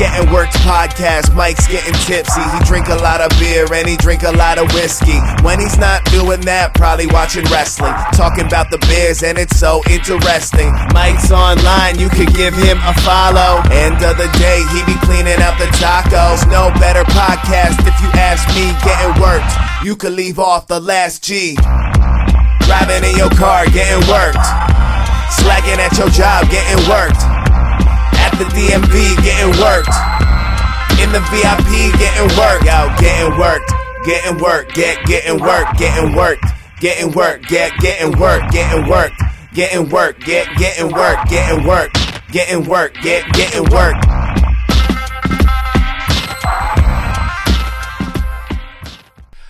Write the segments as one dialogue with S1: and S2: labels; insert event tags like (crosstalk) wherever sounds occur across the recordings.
S1: Getting Worked podcast. Mike's getting tipsy. He drink a lot of beer and he drink a lot of whiskey. When he's not doing that, probably watching wrestling. Talking about the Bears and it's so interesting. Mike's online, you could give him a follow. End of the day, he be cleaning out the tacos. No better podcast if you ask me. Getting Worked. You could leave off the last G. Driving in your car, getting worked. Slacking at your job, getting worked. At the DMV, getting worked. In the VIP, getting worked. Out, getting worked. Getting work, get getting work, getting worked. Getting work, get getting work, getting worked. Getting work, get getting work, getting work. Getting work, get getting work.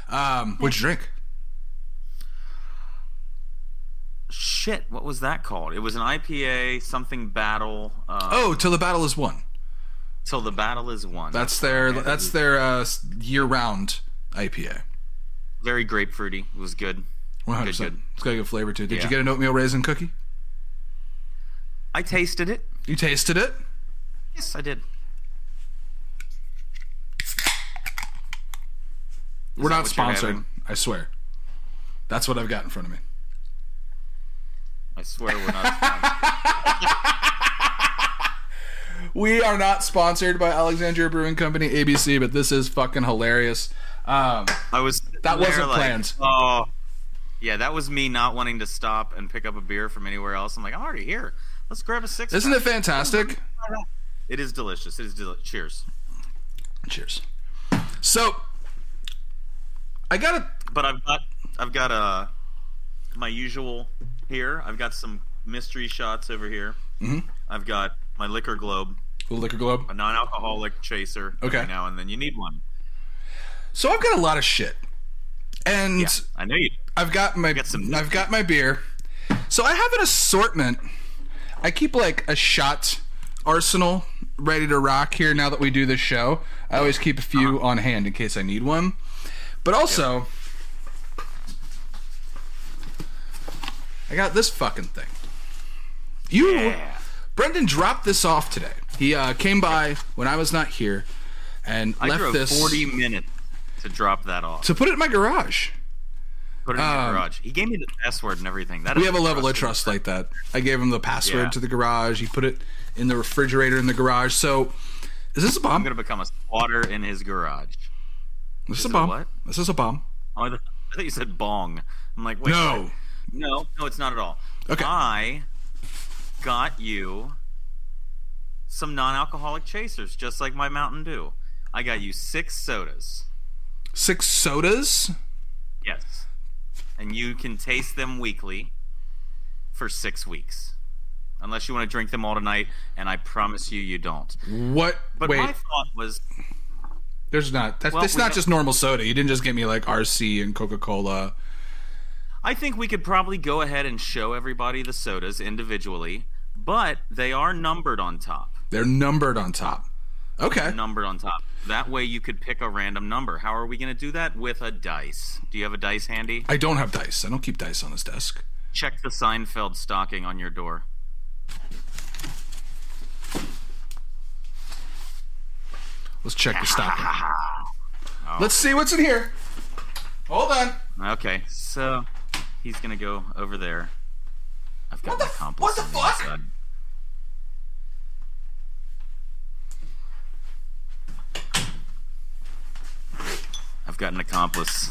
S2: Um, what'd you drink?
S3: Shit, what was that called? It was an IPA, something battle. Uh,
S2: Oh, till the battle is won.
S3: Till the battle is won.
S2: That's their that's their uh, year-round IPA.
S3: very grapefruity. It was good.
S2: 100%.
S3: Good, good.
S2: It's got a good flavor too. Did
S3: Yeah.
S2: you get an oatmeal raisin cookie?
S3: I tasted it.
S2: You tasted it?
S3: Yes, I did.
S2: We're not
S3: what you're
S2: sponsored.
S3: having?
S2: I swear. That's what I've got in front of me.
S3: I swear
S2: (laughs)
S3: we're not. sponsored.
S2: We are not sponsored by Alexandria Brewing Company ABC, but this is fucking hilarious. Um,
S3: I was.
S2: That
S3: there
S2: wasn't
S3: like,
S2: planned.
S3: Oh, yeah, that was me not wanting to stop and pick up a beer from anywhere else. I'm like, I'm already here. Let's grab a six.
S2: isn't it fantastic?
S3: It is delicious. It is deli- Cheers.
S2: Cheers. So, I got a
S3: But I've got I've got uh my usual here. I've got some mystery shots over here. Mm-hmm. I've got my liquor globe,
S2: little liquor globe.
S3: a non-alcoholic chaser.
S2: Okay.
S3: Every now and then you need one.
S2: So I've got a lot of shit, and
S3: Yeah, I know you.
S2: I've got my
S3: got some-
S2: I've got my beer. So I have an assortment. I keep like a shot arsenal ready to rock here now that we do this show. I always keep a few
S3: Uh-huh.
S2: on hand in case I need one. But also I got this fucking thing. You
S3: Yeah.
S2: Brendan dropped this off today. He uh, came by when I was not here and
S3: I
S2: left
S3: drove
S2: this
S3: 40 minutes to drop that off.
S2: to put it in my garage.
S3: Put it in
S2: um,
S3: your garage. He gave me the password and everything. That
S2: We
S3: is
S2: have a level of
S3: impressive.
S2: trust like that. I gave him the password
S3: Yeah.
S2: to the garage. He put it in the refrigerator in the garage. So, is this a bomb?
S3: I'm gonna become a squatter in his garage.
S2: this is
S3: is
S2: a
S3: it
S2: bomb.
S3: what?
S2: This is a bomb.
S3: Oh, I th- I thought you said bong. I'm like, wait,
S2: No.
S3: what? no, no, it's not at all.
S2: Okay.
S3: I got you some non-alcoholic chasers, just like my Mountain Dew. I got you six sodas.
S2: Six sodas.
S3: Yes, and you can taste them weekly for six weeks, unless you want to drink them all tonight. And I promise you, you don't.
S2: What?
S3: But
S2: Wait,
S3: my thought was,
S2: there's not. That's,
S3: Well,
S2: that's
S3: we
S2: not
S3: don't-
S2: just normal soda. You didn't just get me like RC and Coca Cola.
S3: I think we could probably go ahead and show everybody the sodas individually, but they are numbered on top.
S2: They're numbered on top. Okay.
S3: Numbered on top. That way you could pick a random number. How are we going to do that? With a dice. Do you have a dice handy?
S2: I don't have dice. I don't keep dice on this desk.
S3: Check the Seinfeld stocking on your door.
S2: Let's check the
S3: (laughs)
S2: stocking.
S3: Oh.
S2: Let's see what's in here. Hold on.
S3: Okay, so he's going to go over there. I've got
S2: What the
S3: my
S2: f- what
S3: accomplice
S2: the
S3: on
S2: fuck?
S3: inside. I've got an accomplice.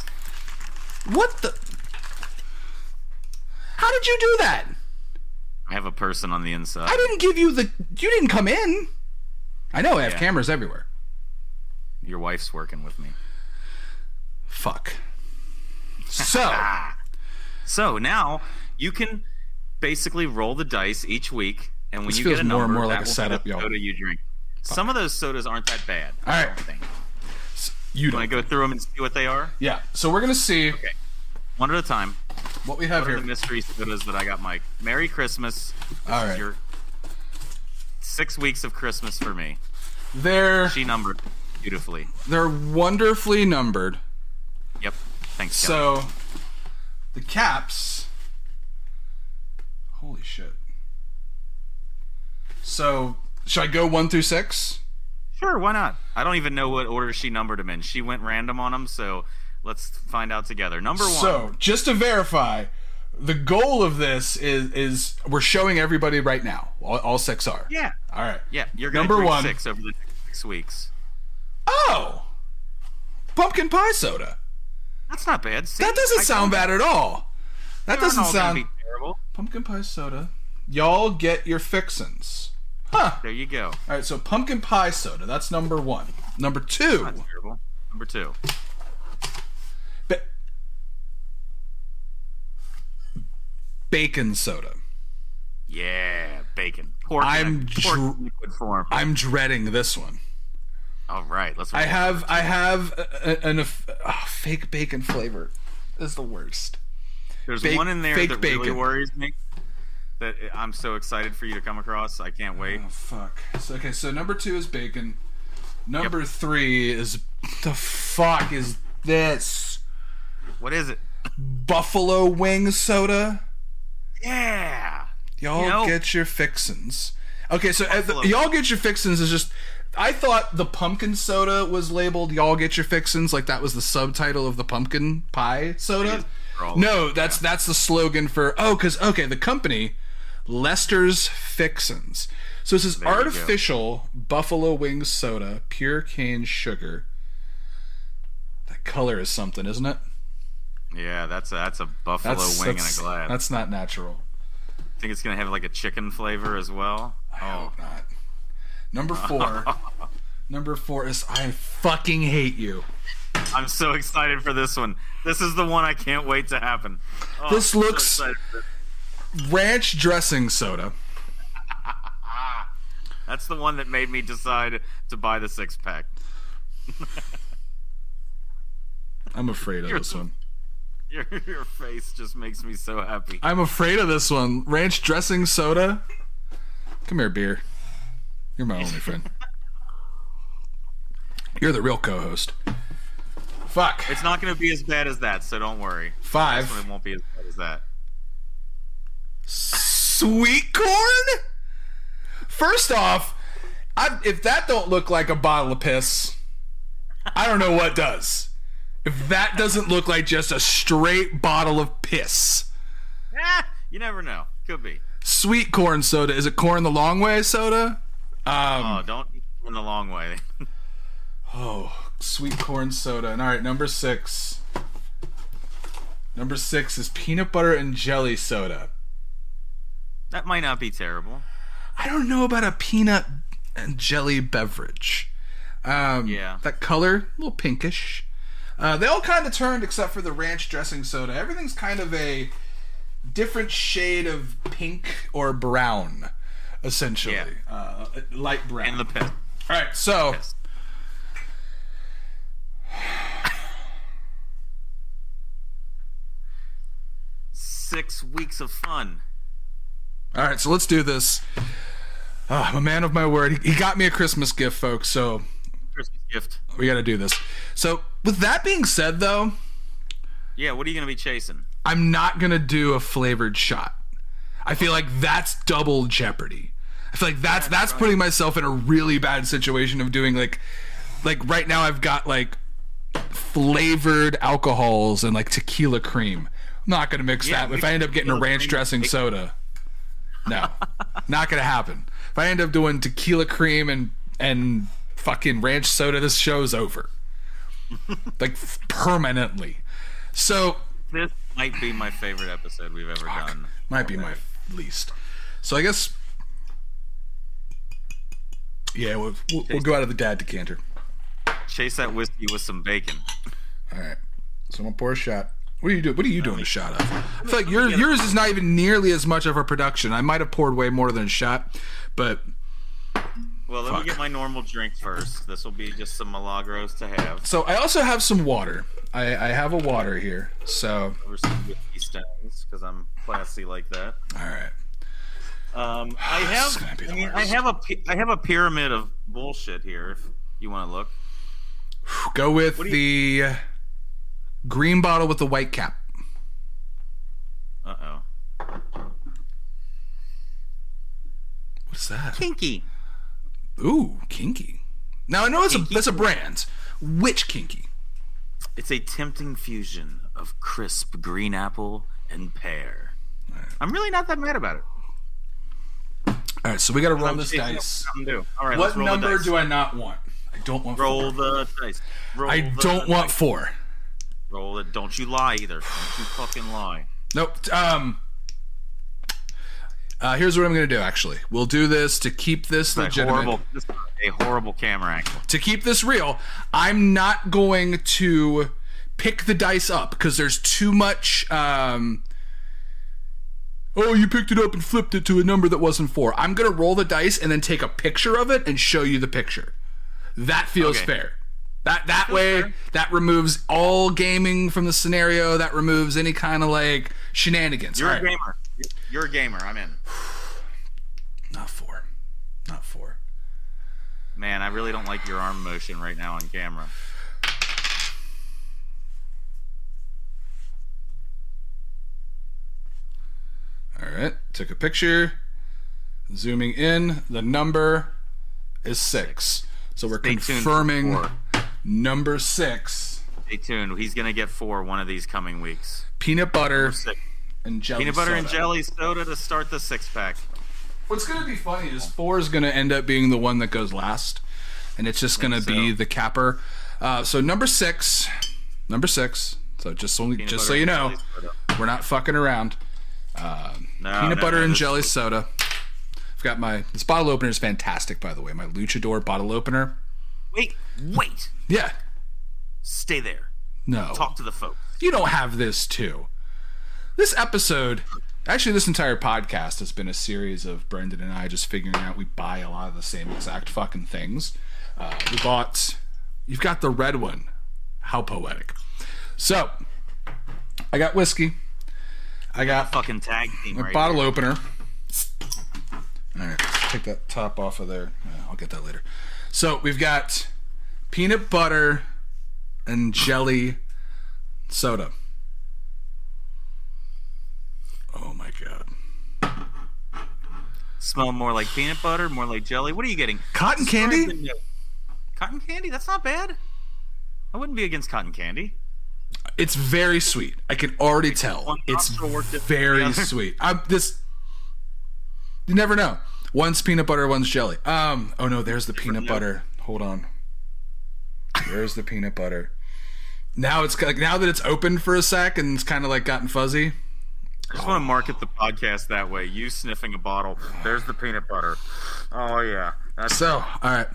S2: What the? How did you do that?
S3: I have a person on the inside.
S2: I didn't give you the. You didn't come in. I know. I have
S3: Yeah.
S2: cameras everywhere.
S3: Your wife's working with me.
S2: Fuck. (laughs) So
S3: So now you can basically roll the dice each week, and when
S2: This
S3: you
S2: feels
S3: get a
S2: more
S3: number,
S2: and more like a
S3: that will be
S2: setup,
S3: the
S2: y'all.
S3: soda you drink. Some of those sodas aren't that bad.
S2: All right.
S3: I don't think.
S2: you
S3: Can I
S2: don't.
S3: go through them and see what they are?
S2: Yeah. So we're gonna see
S3: One at a time.
S2: what we have
S3: What are the
S2: here.
S3: mystery sodas that I got, Mike? Merry Christmas. This
S2: All
S3: is
S2: right.
S3: your six weeks of Christmas for me.
S2: They're
S3: She numbered beautifully.
S2: they're wonderfully numbered.
S3: Yep. Thanks. Kelly.
S2: So the caps. Holy shit. So should I go one through six?
S3: Sure, why not? I don't even know what order she numbered them in. She went random on them, so let's find out together. Number one.
S2: So, just to verify, the goal of this is is we're showing everybody right now. All, all six are.
S3: yeah,
S2: All right.
S3: yeah. You're gonna
S2: Number
S3: drink
S2: one.
S3: six over the next six weeks.
S2: Oh, pumpkin pie soda.
S3: That's not bad. See,
S2: That doesn't
S3: I
S2: sound
S3: told
S2: bad at all.
S3: you
S2: That
S3: they aren't
S2: doesn't
S3: all gonna
S2: sound
S3: be terrible.
S2: pumpkin pie soda. Y'all get your fixins. Huh.
S3: There you go.
S2: All right. So pumpkin pie soda. That's number one. Number two.
S3: That's terrible. Number two.
S2: Ba- bacon soda.
S3: Yeah, bacon. Pork.
S2: I'm
S3: in a, pork
S2: dr-
S3: in liquid form.
S2: I'm dreading this one.
S3: all right, let's.
S2: I have I have a, a- an eff- ah, fake bacon flavor. Is the worst.
S3: There's
S2: Bake-
S3: one in there
S2: fake
S3: that really
S2: bacon.
S3: worries me. That I'm so excited for you to come across. I can't wait.
S2: Oh fuck. So, okay, so number two is bacon. Number three is the fuck is this
S3: What is it?
S2: buffalo wing soda?
S3: Yeah.
S2: Y'all
S3: You know-
S2: get your fixins. Okay, so at the,
S3: Buffalo.
S2: y'all get your fixins is just. I thought the pumpkin soda was labeled "Y'all Get Your Fixins," like that was the subtitle of the pumpkin pie soda.
S3: They're all-
S2: No, that's that's the slogan for oh, because okay, the company Lester's Fixins. So this is
S3: you go.
S2: artificial buffalo wings soda, pure cane sugar. That color is something, isn't it?
S3: Yeah, that's a that's a buffalo
S2: That's
S3: wing
S2: that's,
S3: in a glass.
S2: that's not natural.
S3: I think it's gonna have like a chicken flavor as well.
S2: Oh, not. Number
S3: (laughs)
S2: four. number four is I fucking hate you.
S3: I'm so excited for this one. This is the one I can't wait to happen. Oh,
S2: This
S3: I'm so
S2: looks-
S3: excited for this.
S2: Ranch dressing soda.
S3: That's the one that made me decide to buy the six pack. (laughs)
S2: I'm afraid of this one.
S3: Your, your face just makes me so happy.
S2: I'm afraid of this one. Ranch dressing soda. Come here, beer. You're my only
S3: (laughs)
S2: friend. You're the real co-host. Fuck.
S3: It's not gonna be as bad as that, so don't worry. This one
S2: Five.
S3: won't be as bad as that. (laughs)
S2: Sweet corn. First off, I, if that don't look like a bottle of piss, I don't know what does. If that doesn't look like just a straight bottle of piss.
S3: Ah, you never know. Could be.
S2: Sweet corn soda. Is it corn the long way soda? Um,
S3: Oh, don't eat them in the long way. (laughs)
S2: Oh, sweet corn soda. And all right, number six. Number six is peanut butter and jelly soda.
S3: that might not be terrible.
S2: I don't know about a peanut and jelly beverage. Um,
S3: Yeah.
S2: That color, a little pinkish. Uh, they all kind of turned except for the ranch dressing soda. Everything's kind of a different shade of pink or brown, essentially.
S3: Yeah.
S2: Uh, light brown.
S3: In the pit.
S2: All right, so
S3: Yes. Six weeks of fun.
S2: all right, so let's do this. Ah, I'm a man of my word. He he got me a Christmas gift, folks. So
S3: Christmas gift.
S2: we got to do this. So with that being said, though,
S3: Yeah, what are you gonna be chasing?
S2: I'm not gonna do a flavored shot. I feel like that's double jeopardy. I feel like that's that's putting myself in a really bad situation of doing like like right now I've got like flavored alcohols and like tequila cream. I'm not gonna mix
S3: Yeah,
S2: that. If
S3: mix
S2: I end up getting a
S3: tequila
S2: ranch
S3: cream.
S2: dressing soda, no, not gonna happen. If I end up doing tequila cream and and fucking ranch soda, this show's
S3: (laughs)
S2: over. like f- permanently. So
S3: This might be my favorite episode we've ever done.
S2: Um, might be my least. So I guess, yeah, we'll, we'll, we'll go out of the dad decanter.
S3: Chase that whiskey with some bacon.
S2: All right, so I'm gonna pour a shot. What are you doing? What are you doing a shot of? I feel like your, yours is not even nearly as much of a production. I might have poured way more than a shot, but
S3: Well, let
S2: Fuck.
S3: me get my normal drink first. This will be just some Milagros to have
S2: so I also have some water. I, I have a water here. So
S3: over some whiskey stones because I'm classy like that.
S2: all right, (sighs)
S3: Um, I
S2: is gonna
S3: have,
S2: be the
S3: I, mean, I
S2: worst.
S3: have a, pi- I have a pyramid of bullshit here. If you want to look,
S2: go with the green bottle with the white cap.
S3: uh oh,
S2: What's that?
S3: kinky.
S2: Ooh, kinky. Now I know it's a
S3: Kinky?
S2: that's a brand. Which kinky?
S3: It's a tempting fusion of crisp green apple and pear. I'm really not that mad about it.
S2: All right, so we got to roll
S3: I'm
S2: this
S3: just-
S2: dice.
S3: I'm due. All right,
S2: What
S3: let's roll
S2: number
S3: the dice.
S2: do I not want? I don't want Four.
S3: roll the dice? Roll
S2: I
S3: the
S2: don't want four.
S3: roll it. Don't you lie either. Don't you fucking lie.
S2: Nope. t- Um. Uh, here's what I'm gonna do. Actually, we'll do this to keep this
S3: A
S2: legitimate.
S3: horrible, this is a horrible camera angle.
S2: to keep this real, I'm not going to pick the dice up because there's too much. Um, oh, you picked it up and flipped it to a number that wasn't four. I'm going to roll the dice and then take a picture of it and show you the picture. That feels
S3: Okay.
S2: fair. That that way that removes all gaming from the scenario. That removes any kind of like shenanigans.
S3: You're
S2: All right.
S3: a gamer. You're a gamer. I'm in.
S2: Not four. Not four.
S3: Man, I really don't like your arm motion right now on camera.
S2: All right, took a picture. Zooming in, the number is six. So we're
S3: Stay tuned for
S2: confirming
S3: four.
S2: number six:
S3: Stay tuned. He's gonna get four one of these coming weeks.
S2: peanut butter
S3: Six.
S2: and jelly.
S3: Peanut butter and
S2: soda.
S3: jelly soda to start the six pack.
S2: What's gonna be funny is four is gonna end up being the one that goes last, and it's just gonna be
S3: so.
S2: the capper. Uh, so number six, number six. So just only, just so
S3: butter
S2: you
S3: and
S2: know,
S3: jelly soda.
S2: we're not fucking around.
S3: No,
S2: peanut
S3: no,
S2: butter
S3: no,
S2: and
S3: this-
S2: jelly soda. I've got my this bottle opener is fantastic, by the way. My luchador bottle opener.
S3: Wait, wait.
S2: Yeah.
S3: Stay there.
S2: No.
S3: Talk to the folks.
S2: you don't have this too. This episode, actually, this entire podcast has been a series of Brendan and I just figuring out we buy a lot of the same exact fucking things. Uh, we bought, you've got the red one. How poetic. So, I got whiskey. I got
S3: Fucking tag team
S2: a
S3: right
S2: bottle opener. All right, let's take that top off of there. Uh, I'll get that later. So we've got peanut butter and jelly soda. Oh my god!
S3: here. Smell more like peanut butter, more like jelly. What are you getting?
S2: Cotton
S3: Describe the
S2: candy?
S3: note. Cotton candy? That's not bad. I wouldn't be against cotton candy.
S2: It's very sweet. I can already tell.
S3: One
S2: It's
S3: nostril worked it for the
S2: very
S3: other.
S2: sweet. I'm this. You never know. One's peanut butter, one's jelly. Um. Oh no, there's the peanut
S3: note.
S2: butter. Hold on. There's the peanut butter. Now it's like now that it's open for a sec and it's kind of like gotten fuzzy.
S3: I just want to market the podcast that way. You sniffing a bottle. There's the peanut butter. Oh yeah. That's
S2: So all right.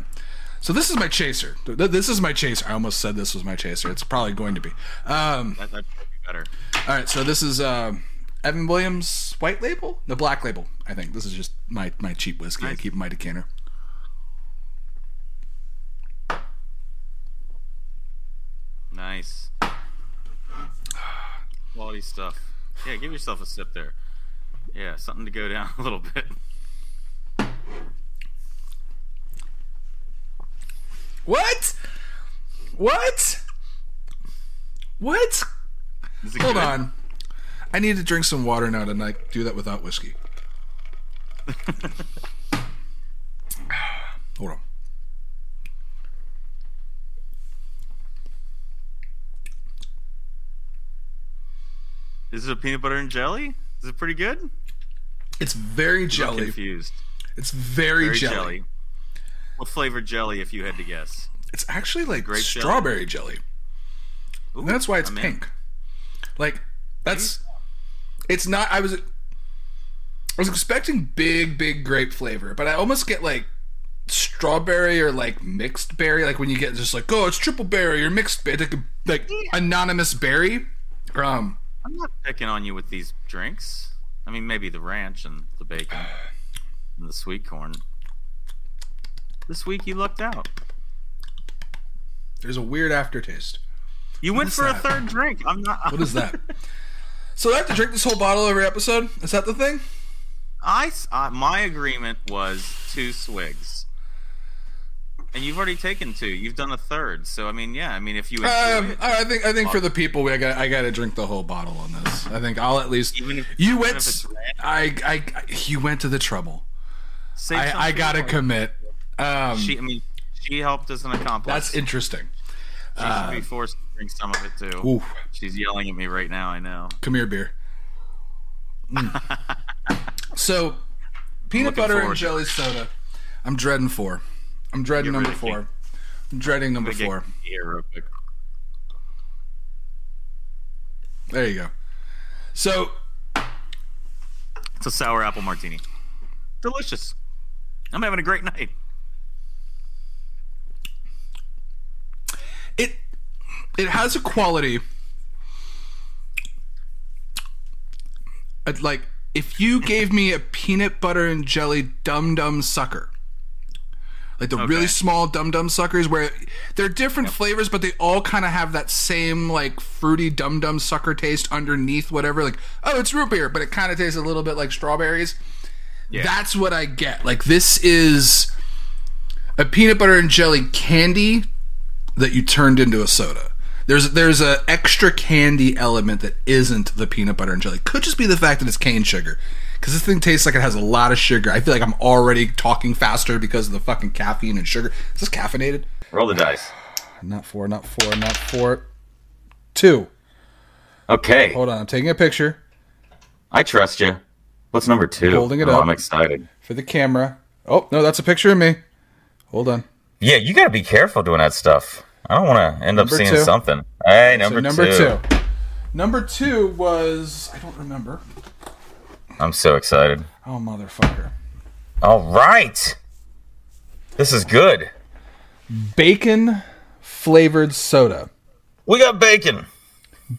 S2: So this is my chaser. Th- This is my chaser. I almost said this was my chaser. It's probably going to be. Um.
S3: that, that'd be better.
S2: All right, so this is um, Evan Williams White Label, the Black Label, I think. This is just my my cheap whiskey. I keep in my decanter.
S3: Nice. (sighs) Quality stuff. Yeah, give yourself a sip there. Yeah, something to go down (laughs) a little bit.
S2: What? What? What?
S3: Is it
S2: Hold
S3: good?
S2: on. I need to drink some water now to like do that without whiskey. (sighs) Hold on.
S3: Is it a peanut butter and jelly? Is it pretty good?
S2: It's very
S3: I'm
S2: jelly.
S3: confused.
S2: It's very,
S3: Very
S2: jelly.
S3: jelly. What flavored jelly, if you had to guess?
S2: It's actually like
S3: Grape jelly?
S2: strawberry jelly.
S3: Ooh,
S2: And that's why it's
S3: I'm in.
S2: pink. Like that's it's not I was I was expecting big big grape flavor, but I almost get like strawberry or like mixed berry like when you get just like oh it's triple berry or mixed berry like, like anonymous berry um
S3: I'm not picking on you with these drinks. I mean, maybe the ranch and
S2: (sighs)
S3: the bacon and the sweet corn. This week you lucked out.
S2: there's a weird aftertaste
S3: You went
S2: is
S3: for
S2: that?
S3: a third drink. I'm not.
S2: what is
S3: (laughs)
S2: that so i have to drink this whole bottle every episode is that the thing
S3: I s- uh, my agreement was two swigs, and you've already taken two. You've done a third. So I mean, yeah. I mean, if you enjoy
S2: um
S3: it,
S2: all right, i think i think for the people we i got i got to drink the whole bottle on this i think i'll at least
S3: Even if-
S2: you
S3: even if
S2: went
S3: it's red?
S2: I, I I- you went to the trouble
S3: save
S2: I, I
S3: something
S2: gotta
S3: for-
S2: commit. Um,
S3: She, I mean, she she helped us in a complex.
S2: That's interesting.
S3: she should be forced to drink some of it too.
S2: Ooh,
S3: She's yelling at me right now. I know.
S2: come here, beer. Mm.
S3: (laughs)
S2: so, peanut
S3: looking
S2: butter and
S3: forward to
S2: jelly soda. I'm dreading four. I'm dreading
S3: You're
S2: number
S3: really
S2: four. I'm dreading number
S3: Let me get
S2: four.
S3: Here, real quick.
S2: There you go. So,
S3: It's a sour apple martini. Delicious. I'm having a great night.
S2: it it has a quality I'd like if you gave me a peanut butter and jelly dum dum sucker like the really
S3: Okay.
S2: small dum dum suckers where they're different flavors but they all kind of have that same like fruity dum dum sucker taste underneath whatever like oh it's root beer but it kind of tastes a little bit like strawberries
S3: Yeah.
S2: that's what I get. Like this is a peanut butter and jelly candy that you turned into a soda. There's there's a extra candy element that isn't the peanut butter and jelly. Could just be the fact that it's cane sugar. Because this thing tastes like it has a lot of sugar. I feel like I'm already talking faster because of the fucking caffeine and sugar. Is this caffeinated?
S3: Roll the dice.
S2: Not four, not four, not four. Two.
S3: Okay.
S2: Hold on, I'm taking a picture
S3: I trust you. What's number two?
S2: Holding it Oh, up. I'm
S3: excited.
S2: for the camera. Oh no, that's a picture of me. Hold on.
S4: Yeah, you got to be careful doing that stuff. I don't want to end up
S2: Number
S4: seeing
S2: two.
S4: something. Hey, number,
S2: So number
S4: two.
S2: two. Number two was I don't remember.
S4: I'm so excited.
S2: Oh motherfucker.
S4: All right. This is good.
S2: Bacon flavored soda.
S4: We got bacon.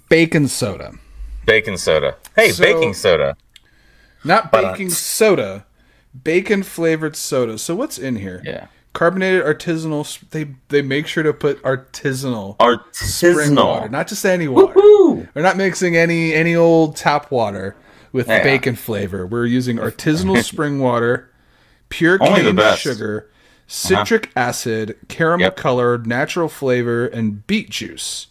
S2: Bacon soda.
S4: Baking soda. Hey,
S2: So-
S4: baking soda.
S2: Not
S4: Ba-da.
S2: baking soda. Bacon flavored soda. So what's in here?
S4: Yeah.
S2: Carbonated artisanal s- they they make sure to put artisanal spring water,
S4: Artisanal.
S2: not just any water.
S4: Woo!
S2: We're not mixing any any old tap water with
S4: Yeah.
S2: bacon flavor. We're using (laughs) artisanal spring water, pure
S4: Only the
S2: cane
S4: best.
S2: sugar, citric acid, caramel
S4: Yep.
S2: color, natural flavor, and beet juice.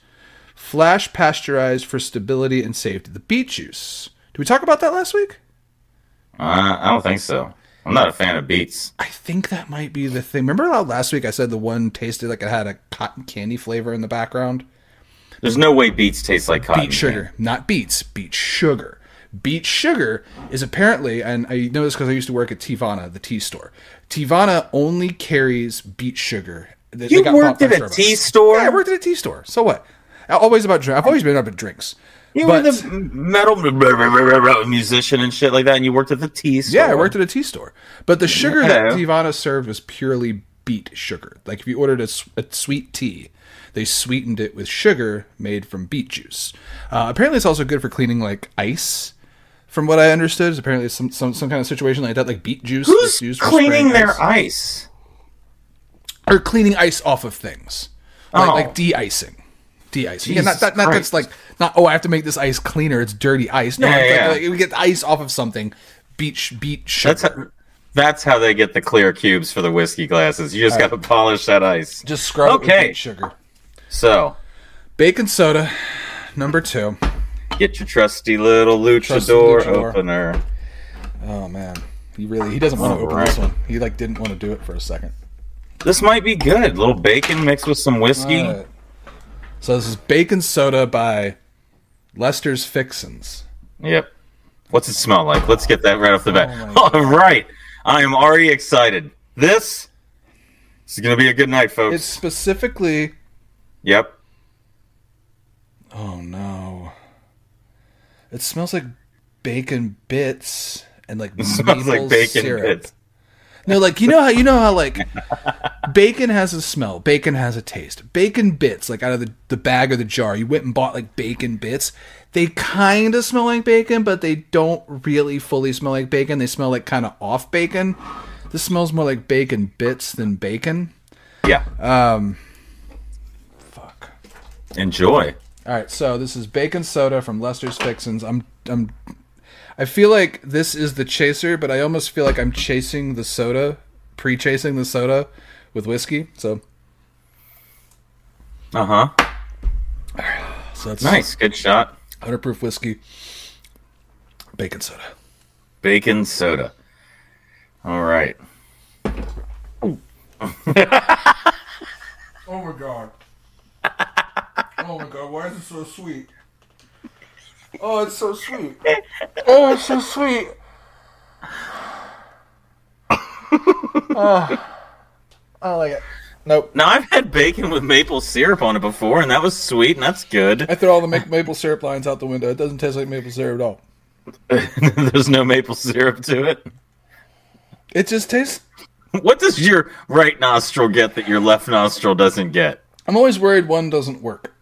S2: Flash pasteurized for stability and safety. The beet juice. Did we talk about that last week?
S4: Uh, I don't think so. I'm not a fan of beets.
S2: I think that might be the thing. Remember how last week I said the one tasted like it had a cotton candy flavor in the background?
S4: There's no way beets taste like cotton.
S2: beet sugar, not beets, beet sugar. Beet sugar is apparently, and I know this because I used to work at Tivana, the tea store. Tivana only carries beet sugar. They- they
S4: You
S2: got
S4: worked
S2: bought by
S4: at a
S2: Starbucks.
S4: tea store?
S2: Yeah, I worked at a tea store. So what? I always about drink. I've always been up at drinks.
S4: You
S2: But-
S4: were the metal musician and shit like that, and you worked at the tea store.
S2: Yeah, I worked at a tea store. But the sugar that
S4: Yeah.
S2: Divana served was purely beet sugar. Like if you ordered a, s- a sweet tea, they sweetened it with sugar made from beet juice. Uh, apparently, it's also good for cleaning like ice. From what I understood, is apparently some, some some kind of situation like that, like beet juice. is
S4: Who's
S2: used for spraying
S4: cleaning their
S2: ice.
S4: ice?
S2: or cleaning ice off of things, like,
S4: Oh.
S2: like de-icing, de-icing. Yeah, not,
S4: Jesus
S2: not, not that's
S4: Christ.
S2: like not. Oh, I have to make this ice cleaner. It's dirty ice. No,
S4: Yeah,
S2: it's like-
S4: yeah.
S2: like, we get the ice off of something. Beet beet sugar.
S4: That's how, that's how they get the clear cubes for the whiskey glasses. You just got to polish that ice.
S2: Just scrub it with
S4: Okay.
S2: beet sugar.
S4: So
S2: Bacon soda, number two.
S4: get your trusty little luchador,
S2: Trusty luchador.
S4: opener.
S2: Oh man, he really he doesn't want to open
S4: Alright.
S2: this one. He like didn't want to do it for a second.
S4: This might be good. little bacon mixed with some whiskey.
S2: Alright. Uh, So this is bacon soda by Lester's Fixins.
S4: Yep. What's it smell like? Let's get that right off the bat.
S2: Oh
S4: (laughs)
S2: my
S4: All right. I am already excited. This is going to be a good night, folks.
S2: It's specifically.
S4: Yep.
S2: (laughs) Oh no. It smells like bacon bits and
S4: (laughs)
S2: like
S4: smells like
S2: maple
S4: bacon
S2: syrup.
S4: bits.
S2: No, like you know how you know how like bacon has a smell, bacon has a taste. Bacon bits, like out of the, the bag or the jar, you went and bought like bacon bits. They kind of smell like bacon, but they don't really fully smell like bacon. They smell like kind of off bacon. This smells more like bacon bits than bacon.
S4: Yeah.
S2: Uh, Fuck.
S4: Enjoy.
S2: All right, so this is bacon soda from Lester's Fixins. I'm I'm I feel like this is the chaser, but I almost feel like I'm chasing the soda, pre-chasing the soda with whiskey. So
S4: Uh huh.
S2: so that's
S4: Nice. Good shot.
S2: 100 proof whiskey, bacon soda.
S4: Bacon soda. All right.
S2: god. Oh my god, why is it so sweet? Oh, it's so sweet. Oh, it's so (laughs) sweet. Oh, I don't like it. Nope.
S3: Now I've had bacon with maple syrup on it before, and that was sweet, and that's
S2: I
S3: good.
S2: throw all the ma- maple syrup lines out the window. It doesn't taste like maple syrup at all.
S3: (laughs) There's no maple syrup to it.
S2: It just tastes.
S3: What does your right nostril get that your left nostril doesn't get?
S2: I'm always worried one doesn't work.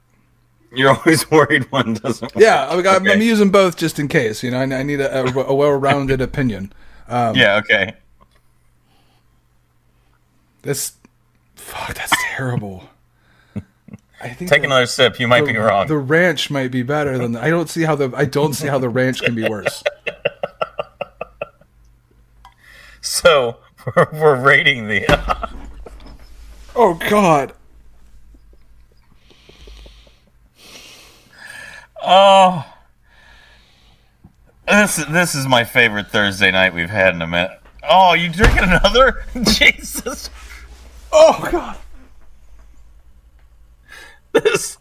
S3: You're always (laughs) worried one doesn't. work.
S2: Yeah, I mean, I'm, I'm
S3: Okay.
S2: using both just in case. You know, I, I need a, a, a well-rounded opinion.
S3: Yeah. Okay.
S2: This, fuck, that's terrible. I think
S3: Take
S2: the-
S3: another sip. You might be wrong.
S2: The ranch might be better than the, I don't see how the I don't see how the ranch can be worse.
S3: So (laughs) we're, we're rating the. (laughs)
S2: Oh God,
S3: Oh. This this is my favorite Thursday night we've had in a minute. Oh, you drinking another? (laughs) Jesus.
S2: oh God.
S3: This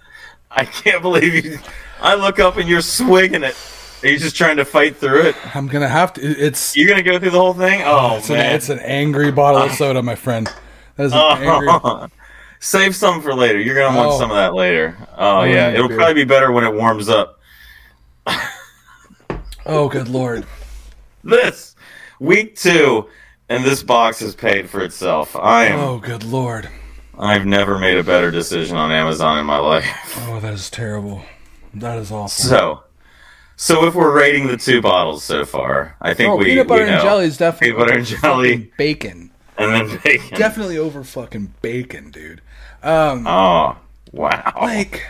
S3: I can't believe you. I look up and you're swinging it. Are you just trying to fight through it?
S2: I'm gonna have to. it- It's
S3: You're gonna go through the whole thing? Oh
S2: it's an,
S3: man. (laughs)
S2: it's an angry bottle of soda, my friend. That is an angry.
S3: Oh, save some for later. You're gonna want
S2: Oh.
S3: some of that later. Oh yeah,
S2: yeah,
S3: it'll
S2: beer.
S3: probably be better when it warms up.
S2: Oh good lord.
S3: This week two, and this box has paid for itself. I am.
S2: Oh good lord.
S3: I've never made a better decision on Amazon in my life. (laughs)
S2: Oh that is terrible. That is awful.
S3: So, so if we're rating the two bottles so far, I think
S2: Oh,
S3: we
S2: peanut butter
S3: we
S2: and
S3: know.
S2: jelly is definitely
S3: peanut butter and jelly,
S2: bacon.
S3: and then (laughs) bacon.
S2: Definitely over fucking bacon, dude. Um.
S3: oh wow!
S2: (laughs) like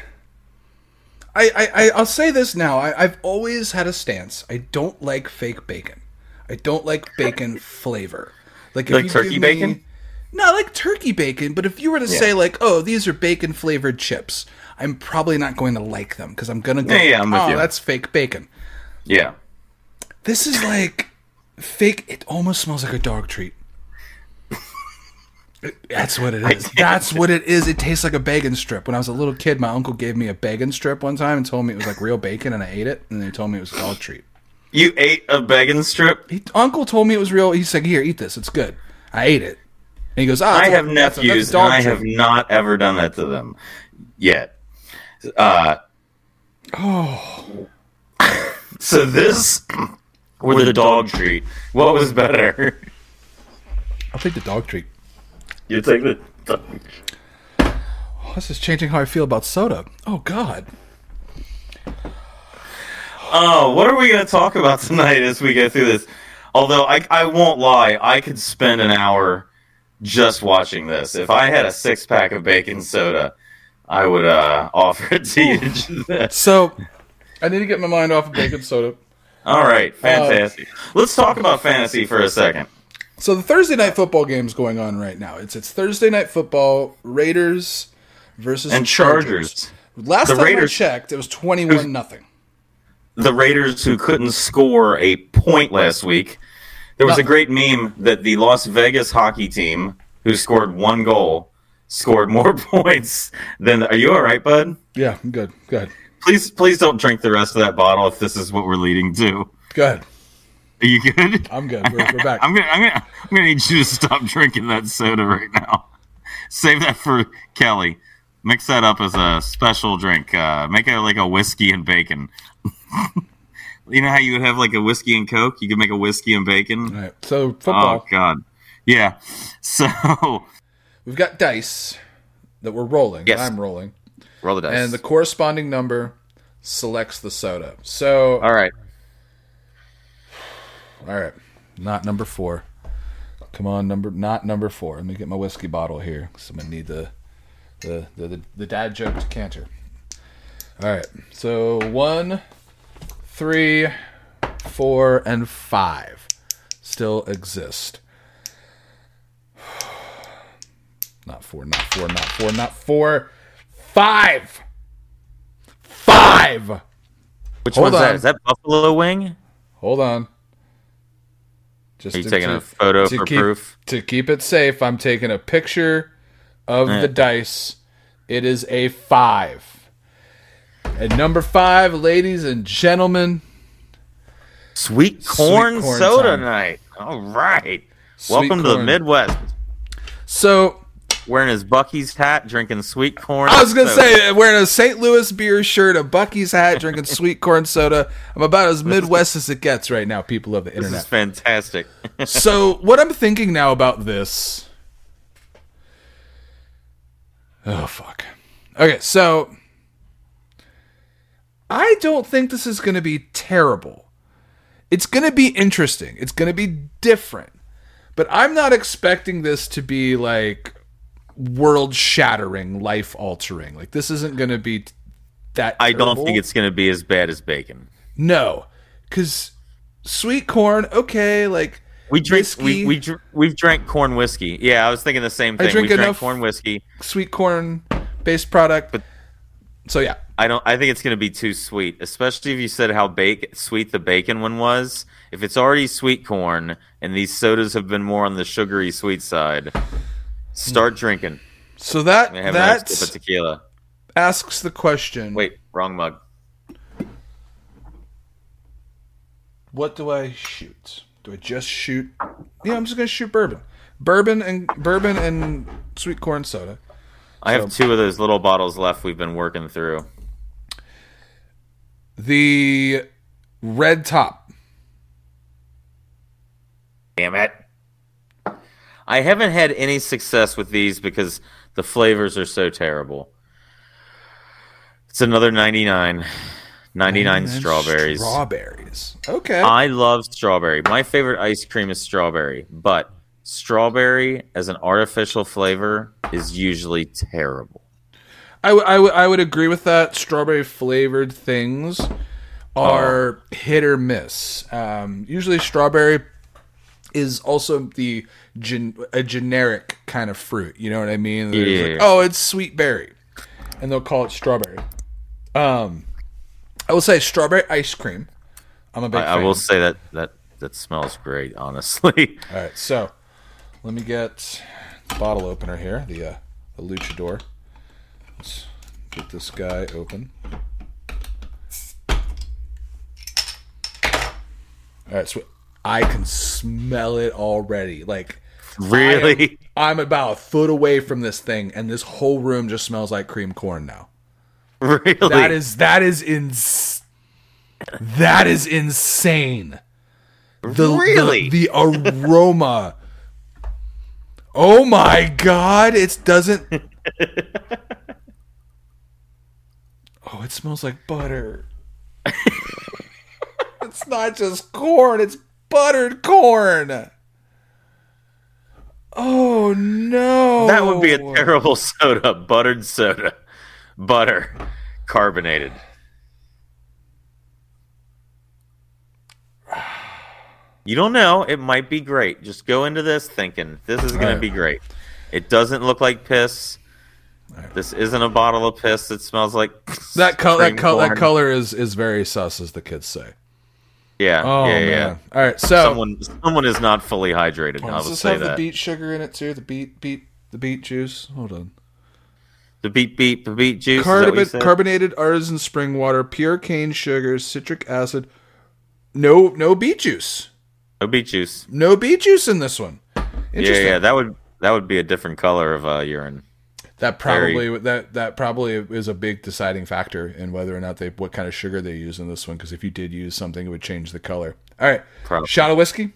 S2: I, I I- I'll say this now. I, I've always had a stance. I don't like fake bacon. I don't like
S3: (laughs)
S2: bacon flavor. Like, if
S3: Like
S2: you
S3: turkey
S2: give
S3: bacon?
S2: No, I like turkey bacon. But if you were to say like, oh, these are bacon flavored chips, I'm probably not going to like them because I'm gonna go,
S3: Yeah, yeah, I'm with
S2: oh,
S3: you."
S2: that's fake bacon.
S3: yeah,
S2: This is like fake. It almost smells like a dog treat. That's what it is. That's what it is. It tastes like a bacon strip. When I was a little kid, my uncle gave me a bacon strip one time and told me it was like real bacon, and I ate it, and they told me it was a dog treat.
S3: you ate a bacon strip.
S2: He, uncle told me it was real. He said, "Here, eat this. It's good." I ate it, and he goes, "Ah,
S3: I
S2: that's a-
S3: have
S2: that's a- that's a
S3: nephews,
S2: dog
S3: and I
S2: treat."
S3: have not ever done that to them yet. Uh, oh. (laughs) so this or the dog treat? What
S2: (laughs)
S3: was better?
S2: I'll take the dog treat.
S3: You take the dog
S2: Oh, this is changing how I feel about soda. Oh God.
S3: Oh, what are we going to talk about tonight as we go through this? Although I, I won't lie, I could spend an hour just watching this. If I had a six pack of bacon soda, I would uh, (laughs) offer it to you.
S2: So, I need to get my mind off of bacon soda.
S3: All right, fantastic. Let's talk about fantasy for a second.
S2: So the Thursday night football game's going on right now. It's it's Thursday night football Raiders versus
S3: And
S2: the Chargers.
S3: Chargers,
S2: Last
S3: The
S2: time
S3: Raiders-
S2: I checked, it was twenty one nothing.
S3: the Raiders who couldn't score a point last week. There was a great meme that the Las Vegas hockey team, who scored one goal, scored more (laughs) points than. Are you all right, bud?
S2: Yeah, I'm good, good,
S3: Please, please don't drink the rest of that bottle if this is what we're leading to.
S2: good.
S3: Are you good?
S2: I'm good. We're, we're back.
S3: (laughs) I'm gonna, I'm gonna, I'm gonna need you to stop drinking that soda right now. Save that for Kelly. Mix that up as a special drink. Uh, make it like a whiskey and bacon. (laughs) you know how you would have like a whiskey and coke? You could make a whiskey and bacon.
S2: All right. So
S3: Oh
S2: football,
S3: God, yeah. (laughs) So
S2: we've got dice that we're rolling.
S3: Yes.
S2: I'm rolling,
S3: roll the dice.
S2: and the corresponding number selects the soda. So
S3: All right.
S2: all right, not number four. Come on, number not number four. Let me get my whiskey bottle here. 'cause I'm gonna need the the the, the, the dad joke decanter. All right, so one, three, four, and five still exist. (sighs) Not four, not four, not four, not four, five, five.
S3: Which
S2: Hold
S3: one's
S2: on.
S3: that? Is that buffalo wing?
S2: Hold on. Just
S3: Are you taking a photo for
S2: keep,
S3: proof?
S2: To keep it safe, I'm taking a picture of the dice It is a five. At number five, ladies and gentlemen,
S3: Sweet corn,
S2: corn
S3: soda
S2: time.
S3: night. All right.
S2: Sweet
S3: Welcome to the
S2: corn.
S3: Midwest.
S2: So
S3: Wearing his Bucky's hat, drinking sweet corn.
S2: I was gonna
S3: soda.
S2: say uh, wearing a St. Louis beer shirt, a Bucky's hat, drinking sweet corn soda. I'm about as Midwest as it gets right now, people of the
S3: this is
S2: internet.
S3: fantastic.
S2: So what I'm thinking now about this. Oh fuck. Okay, so I don't think this is gonna be terrible. It's gonna be interesting. It's gonna be different. But I'm not expecting this to be like world shattering, life altering. Like this isn't going to be t- that.
S3: I don't
S2: terrible.
S3: think it's going to be as bad as bacon.
S2: no, because sweet corn. Okay, like
S3: We drink.
S2: Whiskey.
S3: We we dr- we've drank corn whiskey. Yeah, I was thinking the same thing.
S2: drink
S3: we drank
S2: enough-
S3: corn whiskey.
S2: sweet corn based product. But
S3: But-
S2: so yeah,
S3: I don't. I think it's going to be too sweet, especially if you said how bake sweet the bacon one was. If it's already sweet corn and these sodas have been more on the sugary sweet side, start drinking.
S2: so that
S3: And have a nice
S2: that
S3: sip of tequila.
S2: asks the question.
S3: Wait, wrong mug.
S2: what do I shoot? Do I just shoot? Yeah, I'm just gonna shoot bourbon, bourbon and bourbon and sweet corn soda.
S3: I have two of those little bottles left. We've been working through.
S2: The red top.
S3: Damn it! I haven't had any success with these because the flavors are so terrible. It's another 99. 99 strawberries.
S2: Strawberries. Okay.
S3: I love strawberry. My favorite ice cream is strawberry, but strawberry as an artificial flavor is usually terrible.
S2: I, w- I, w- I would agree with that. Strawberry flavored things are hit or miss. Um, usually, strawberry is also the gen- a generic kind of fruit. You know what I mean? There's like,
S3: Yeah.
S2: oh, it's sweet berry, and they'll call it strawberry. Um, I will say strawberry ice cream. I'm a big
S3: I, I
S2: fan.
S3: will say that that that smells great, honestly. (laughs)
S2: All right, so let me get the bottle opener here, the uh, the luchador. Let's get this guy open. All right, so I can smell it already. Like
S3: really?
S2: I am, I'm about a foot away from this thing, and this whole room just smells like cream corn now.
S3: (laughs) Really?
S2: That is that is ins- that is insane. The, the-
S3: Really?
S2: the, aroma. oh my god! It
S3: (laughs)
S2: doesn't. oh, it smells like butter. (laughs) it's not just corn; it's buttered corn. Oh no!
S3: That would be a
S2: Oh.
S3: terrible (laughs) soda, buttered soda. Butter carbonated. You don't know, it might be great. Just go into this thinking this is going
S2: Right.
S3: to be great. It doesn't look like piss. This isn't a bottle of piss that smells like (laughs)
S2: That color, that
S3: spring
S2: color, that
S3: corn.
S2: color is is very sus, as the kids say.
S3: Yeah,
S2: Oh
S3: yeah, yeah.
S2: man! All right, so
S3: Someone, someone is not fully hydrated. I will
S2: does this
S3: say
S2: have the
S3: that.
S2: beet sugar in it too? The beet, beet, the beet juice. Hold on.
S3: the beet, beet, the beet juice. is that what you
S2: Carbon,
S3: said?
S2: carbonated artisan spring water, pure cane sugar, citric acid. No, no beet juice.
S3: no Oh, beet juice.
S2: No beet juice in this one.
S3: Yeah,
S2: Interesting.
S3: yeah, that would that would be a different color of uh, urine.
S2: That probably that that probably is a big deciding factor in whether or not they what kind of sugar they use in this one. Because if you did use something, it would change the color. All right,
S3: Probably.
S2: shot of whiskey.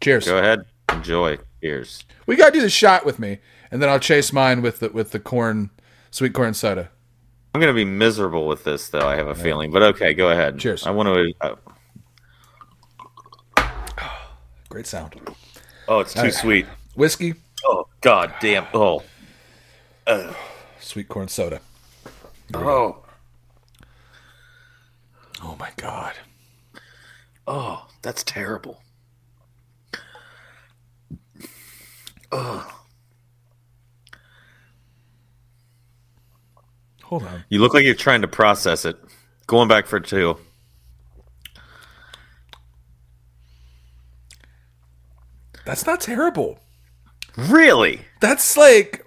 S2: Cheers.
S3: Go ahead, enjoy. Cheers.
S2: We gotta do the shot with me, and then I'll chase mine with the with the corn, sweet corn soda.
S3: I'm gonna be miserable with this, though. I have a feeling, but okay, go ahead.
S2: Cheers.
S3: I want to. Uh,
S2: Great sound.
S3: oh, it's too sweet.
S2: Whiskey,
S3: Oh God damn. Oh,
S2: sweet corn soda.
S3: oh,
S2: Oh my god.
S3: oh, that's terrible.
S2: Hold on.
S3: You look like you're trying to process it. Going back for two.
S2: That's not terrible.
S3: Really?
S2: That's like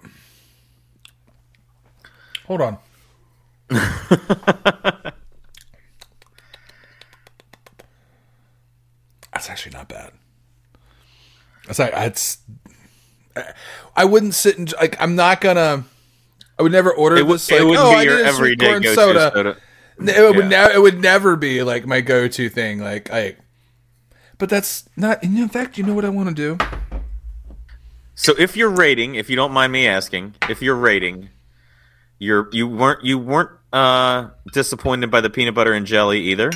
S2: Hold
S4: (laughs)
S2: on. That's actually not bad. That's not, that's. I wouldn't sit and like. I'm not gonna. I would never order
S4: It, would,
S2: this. Like,
S4: it wouldn't
S2: oh,
S4: be
S2: I
S4: your
S2: need a sweet
S4: everyday
S2: corn
S4: go-to
S2: soda.
S4: soda.
S2: N- It would
S4: Yeah.
S2: never. It would never be like my go-to thing. Like I. But that's not. and In fact, you know what I want to do.
S4: So
S3: So if you're rating, if you don't mind me asking, if you're rating, you're you weren't you weren't uh, disappointed by the peanut butter and jelly either.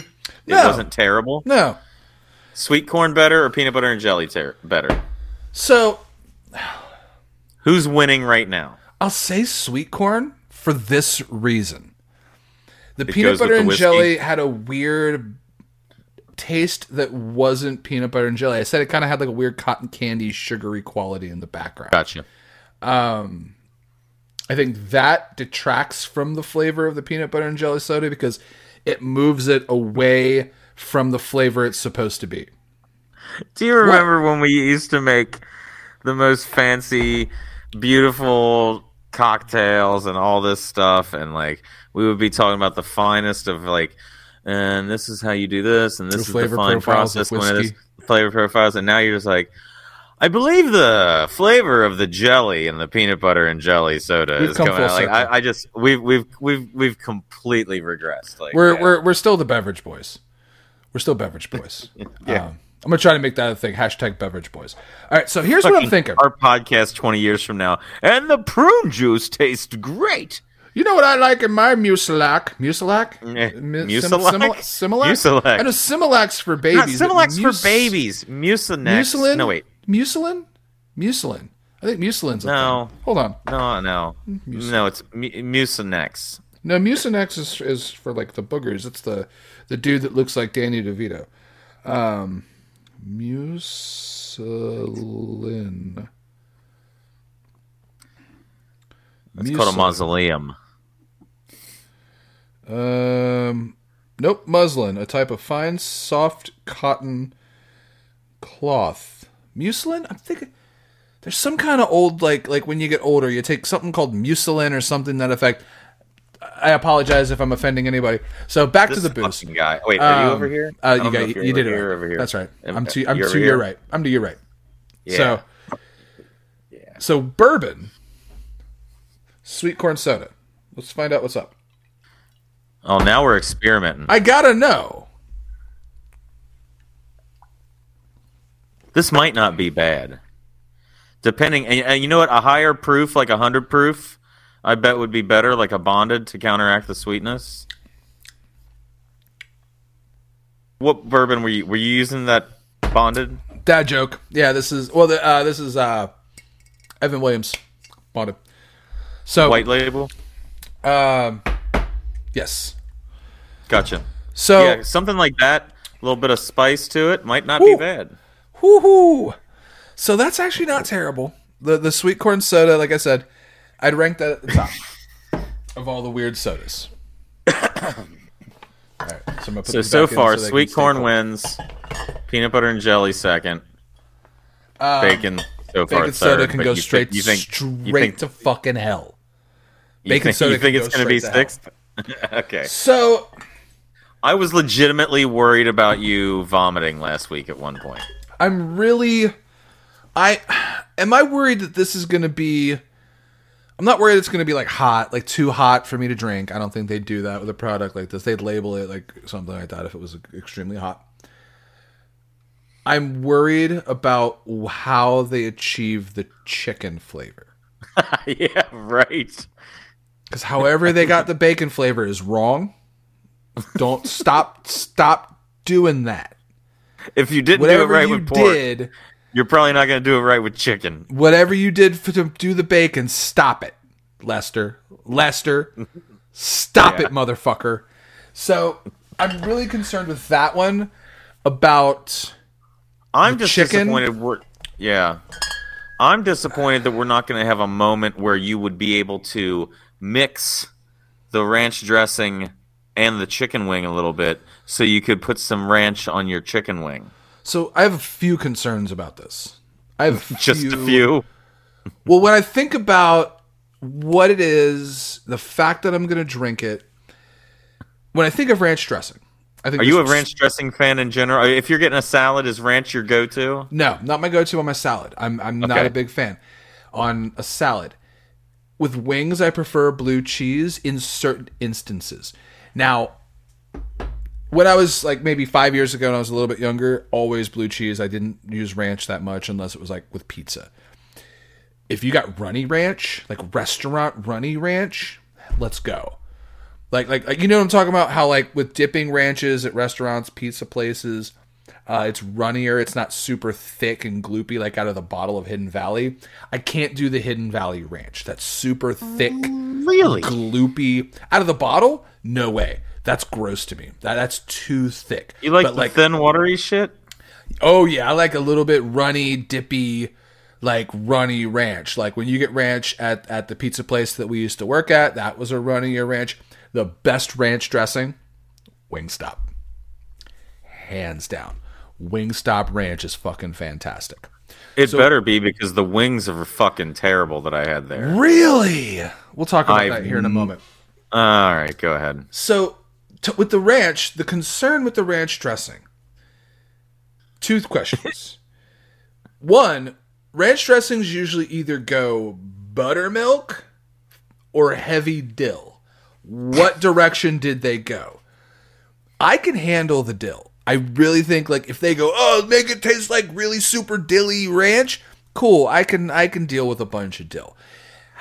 S2: No.
S3: It wasn't terrible.
S2: No.
S3: Sweet corn better or peanut butter and jelly ter- better?
S2: So
S3: Who's winning right now?
S2: I'll say sweet corn for this reason. The
S3: goes
S2: peanut
S3: with
S2: butter
S3: the
S2: and
S3: whiskey.
S2: jelly had a weird taste that wasn't peanut butter and jelly. I said it kind of had like a weird cotton candy sugary quality in the background.
S3: Gotcha.
S2: I think that detracts from the flavor of the peanut butter and jelly soda because it moves it away from the flavor it's supposed to be.
S3: Do you remember when we used to make the most fancy, beautiful cocktails and all this stuff, and like we would be talking about the finest of like, and this is how you do this, and this is
S2: flavor
S3: the fine
S2: profiles of
S3: process when it is
S2: whiskey.
S3: flavor profiles, and now you're just like. I believe the flavor of the jelly and the peanut butter and jelly soda
S2: We've
S3: is
S2: come
S3: coming
S2: full
S3: out. Like
S2: circle.
S3: I, I just we've we've we've we've completely regressed. Like
S2: We're
S3: yeah.
S2: we're we're still the beverage boys. We're still beverage
S3: (laughs)
S2: boys. yeah. I'm gonna try to make that a thing. Hashtag beverage boys. All right, so here's what I'm thinking.
S3: our podcast 20 years from now and the prune juice tastes great
S2: You know what I like in my Mucilac? Mucilac?
S3: Eh,
S2: Mi- sim-
S3: Mucilac?
S2: simila- Similac?
S3: Mucilac.
S2: I know Similac's for
S3: Not
S2: babies. but
S3: Similacs
S2: Muc-
S3: for babies Mucinex
S2: Mucilin?
S3: no wait
S2: Mucilin? Mucilin. I think Mucilin's a
S3: No.
S2: thing. Hold on.
S3: no no no it's mu- Mucinex
S2: No, Mucinex is, is for like the boogers. It's the, the dude that looks like Danny DeVito. Um, Mucilin.
S3: it's called a mausoleum
S2: Um, nope, muslin, a type of fine, soft cotton cloth. Muslin? I'm thinking there's some kind of old like like when you get older, you take something called mucilin or something to that effect. I apologize if I'm offending anybody. So back to
S3: this
S2: the boost.
S3: fucking guy wait are you
S2: Um,
S3: over here I
S2: Uh, you
S3: don't know
S2: got you,
S3: if you're
S2: you
S3: over
S2: did it
S3: here or
S2: right.
S3: over here
S2: That's right.
S3: Am-
S2: I'm to I'm
S3: you're
S2: to
S3: over
S2: your
S3: here?
S2: right. I'm to your right.
S3: yeah.
S2: So So bourbon, sweet corn soda. Let's find out what's up.
S3: oh now we're experimenting
S2: I gotta know.
S3: this might not be bad depending and, and you know what a higher proof like a hundred proof i bet would be better like a bonded to counteract the sweetness what bourbon were you were you using that bonded
S2: Dad joke. Yeah, this is well. The, uh, this is uh, Evan Williams. Bought him. So
S3: white label
S2: yes.
S3: gotcha
S2: So
S3: yeah something like that a little bit of spice to it might not
S2: Ooh.
S3: be bad
S2: woohoo. So that's actually not terrible. The the sweet corn soda, like I said, I'd rank that at the
S3: (laughs)
S2: top of all the weird sodas. (coughs) all right, so I'm gonna put
S3: so
S2: these
S3: so
S2: back in
S3: far
S2: they can
S3: sweet
S2: stay
S3: corn
S2: cold.
S3: wins peanut butter and jelly second bacon so far
S2: Um, Bacon soda
S3: third,
S2: can
S3: but
S2: go
S3: you think-
S2: straight
S3: you think,
S2: straight
S3: you think
S2: to fucking hell.
S3: You
S2: Bacon
S3: think,
S2: soda
S3: You think
S2: can
S3: it's
S2: go
S3: going to be
S2: straight to hell.
S3: sixth? (laughs) okay.
S2: So
S3: I was legitimately worried about you vomiting last week at one point.
S2: I'm really I am I worried that this is going to be I'm not worried it's going to be like hot, like too hot for me to drink. I don't think they'd do that with a product like this. They'd label it like something like that if it was extremely hot. I'm worried about how they achieve the chicken flavor.
S3: (laughs) yeah, right.
S2: Cuz however they got the bacon flavor is wrong. Don't stop stop doing that.
S3: If you didn't do it
S2: Whatever
S3: right
S2: you
S3: with pork,
S2: did,
S3: you're probably not going to do it right with chicken.
S2: whatever you did for, to do the bacon, stop it, Lester. Lester, stop it, motherfucker. So I'm really concerned with that one about
S3: I'm
S2: The
S3: just
S2: chicken?
S3: disappointed. We're, yeah, I'm disappointed that we're not going to have a moment where you would be able to mix the ranch dressing and the chicken wing a little bit, so you could put some ranch on your chicken wing.
S2: so I have a few
S3: (laughs)
S2: concerns about this. I have
S3: Just a few.
S2: Well, when I think about what it is, the fact that I'm going to drink it. When I think of ranch dressing, I think
S3: Are you a
S2: there's-
S3: ranch dressing fan in general? If you're getting a salad, is ranch your go-to?
S2: No, not my go-to on my salad. I'm I'm not
S3: Okay.
S2: a big fan on a salad. With wings, I prefer blue cheese in certain instances. Now, when I was like maybe five years ago, and I was a little bit younger, always blue cheese. I didn't use ranch that much unless it was like with pizza. If you got runny ranch, like restaurant runny ranch, let's go. Like, like, like you know what I'm talking about? How like with dipping ranches at restaurants, pizza places, uh, it's runnier. It's not super thick and gloopy like out of the bottle of Hidden Valley. I can't do the Hidden Valley Ranch. That's super thick,
S3: Really?
S2: gloopy. Out of the bottle? No way. That's gross to me. That that's too thick.
S3: You like
S2: But,
S3: the thin, watery shit?
S2: oh yeah, I like a little bit runny, dippy, like runny ranch. Like when you get ranch at at the pizza place that we used to work at, that was a runnier ranch. The best ranch dressing, Wingstop. Hands down. Wingstop ranch is fucking fantastic.
S3: It better be because the wings are fucking terrible that I had there.
S2: Really? We'll talk about
S3: I've
S2: that here in a moment.
S3: All right, go ahead.
S2: So, t- with the ranch, the concern with the ranch dressing, two questions. One, ranch dressings usually either go buttermilk or heavy dill. What direction did they go? I can handle the dill. I really think like if they go, oh, make it taste like really super dilly ranch, cool. I can I can deal with a bunch of dill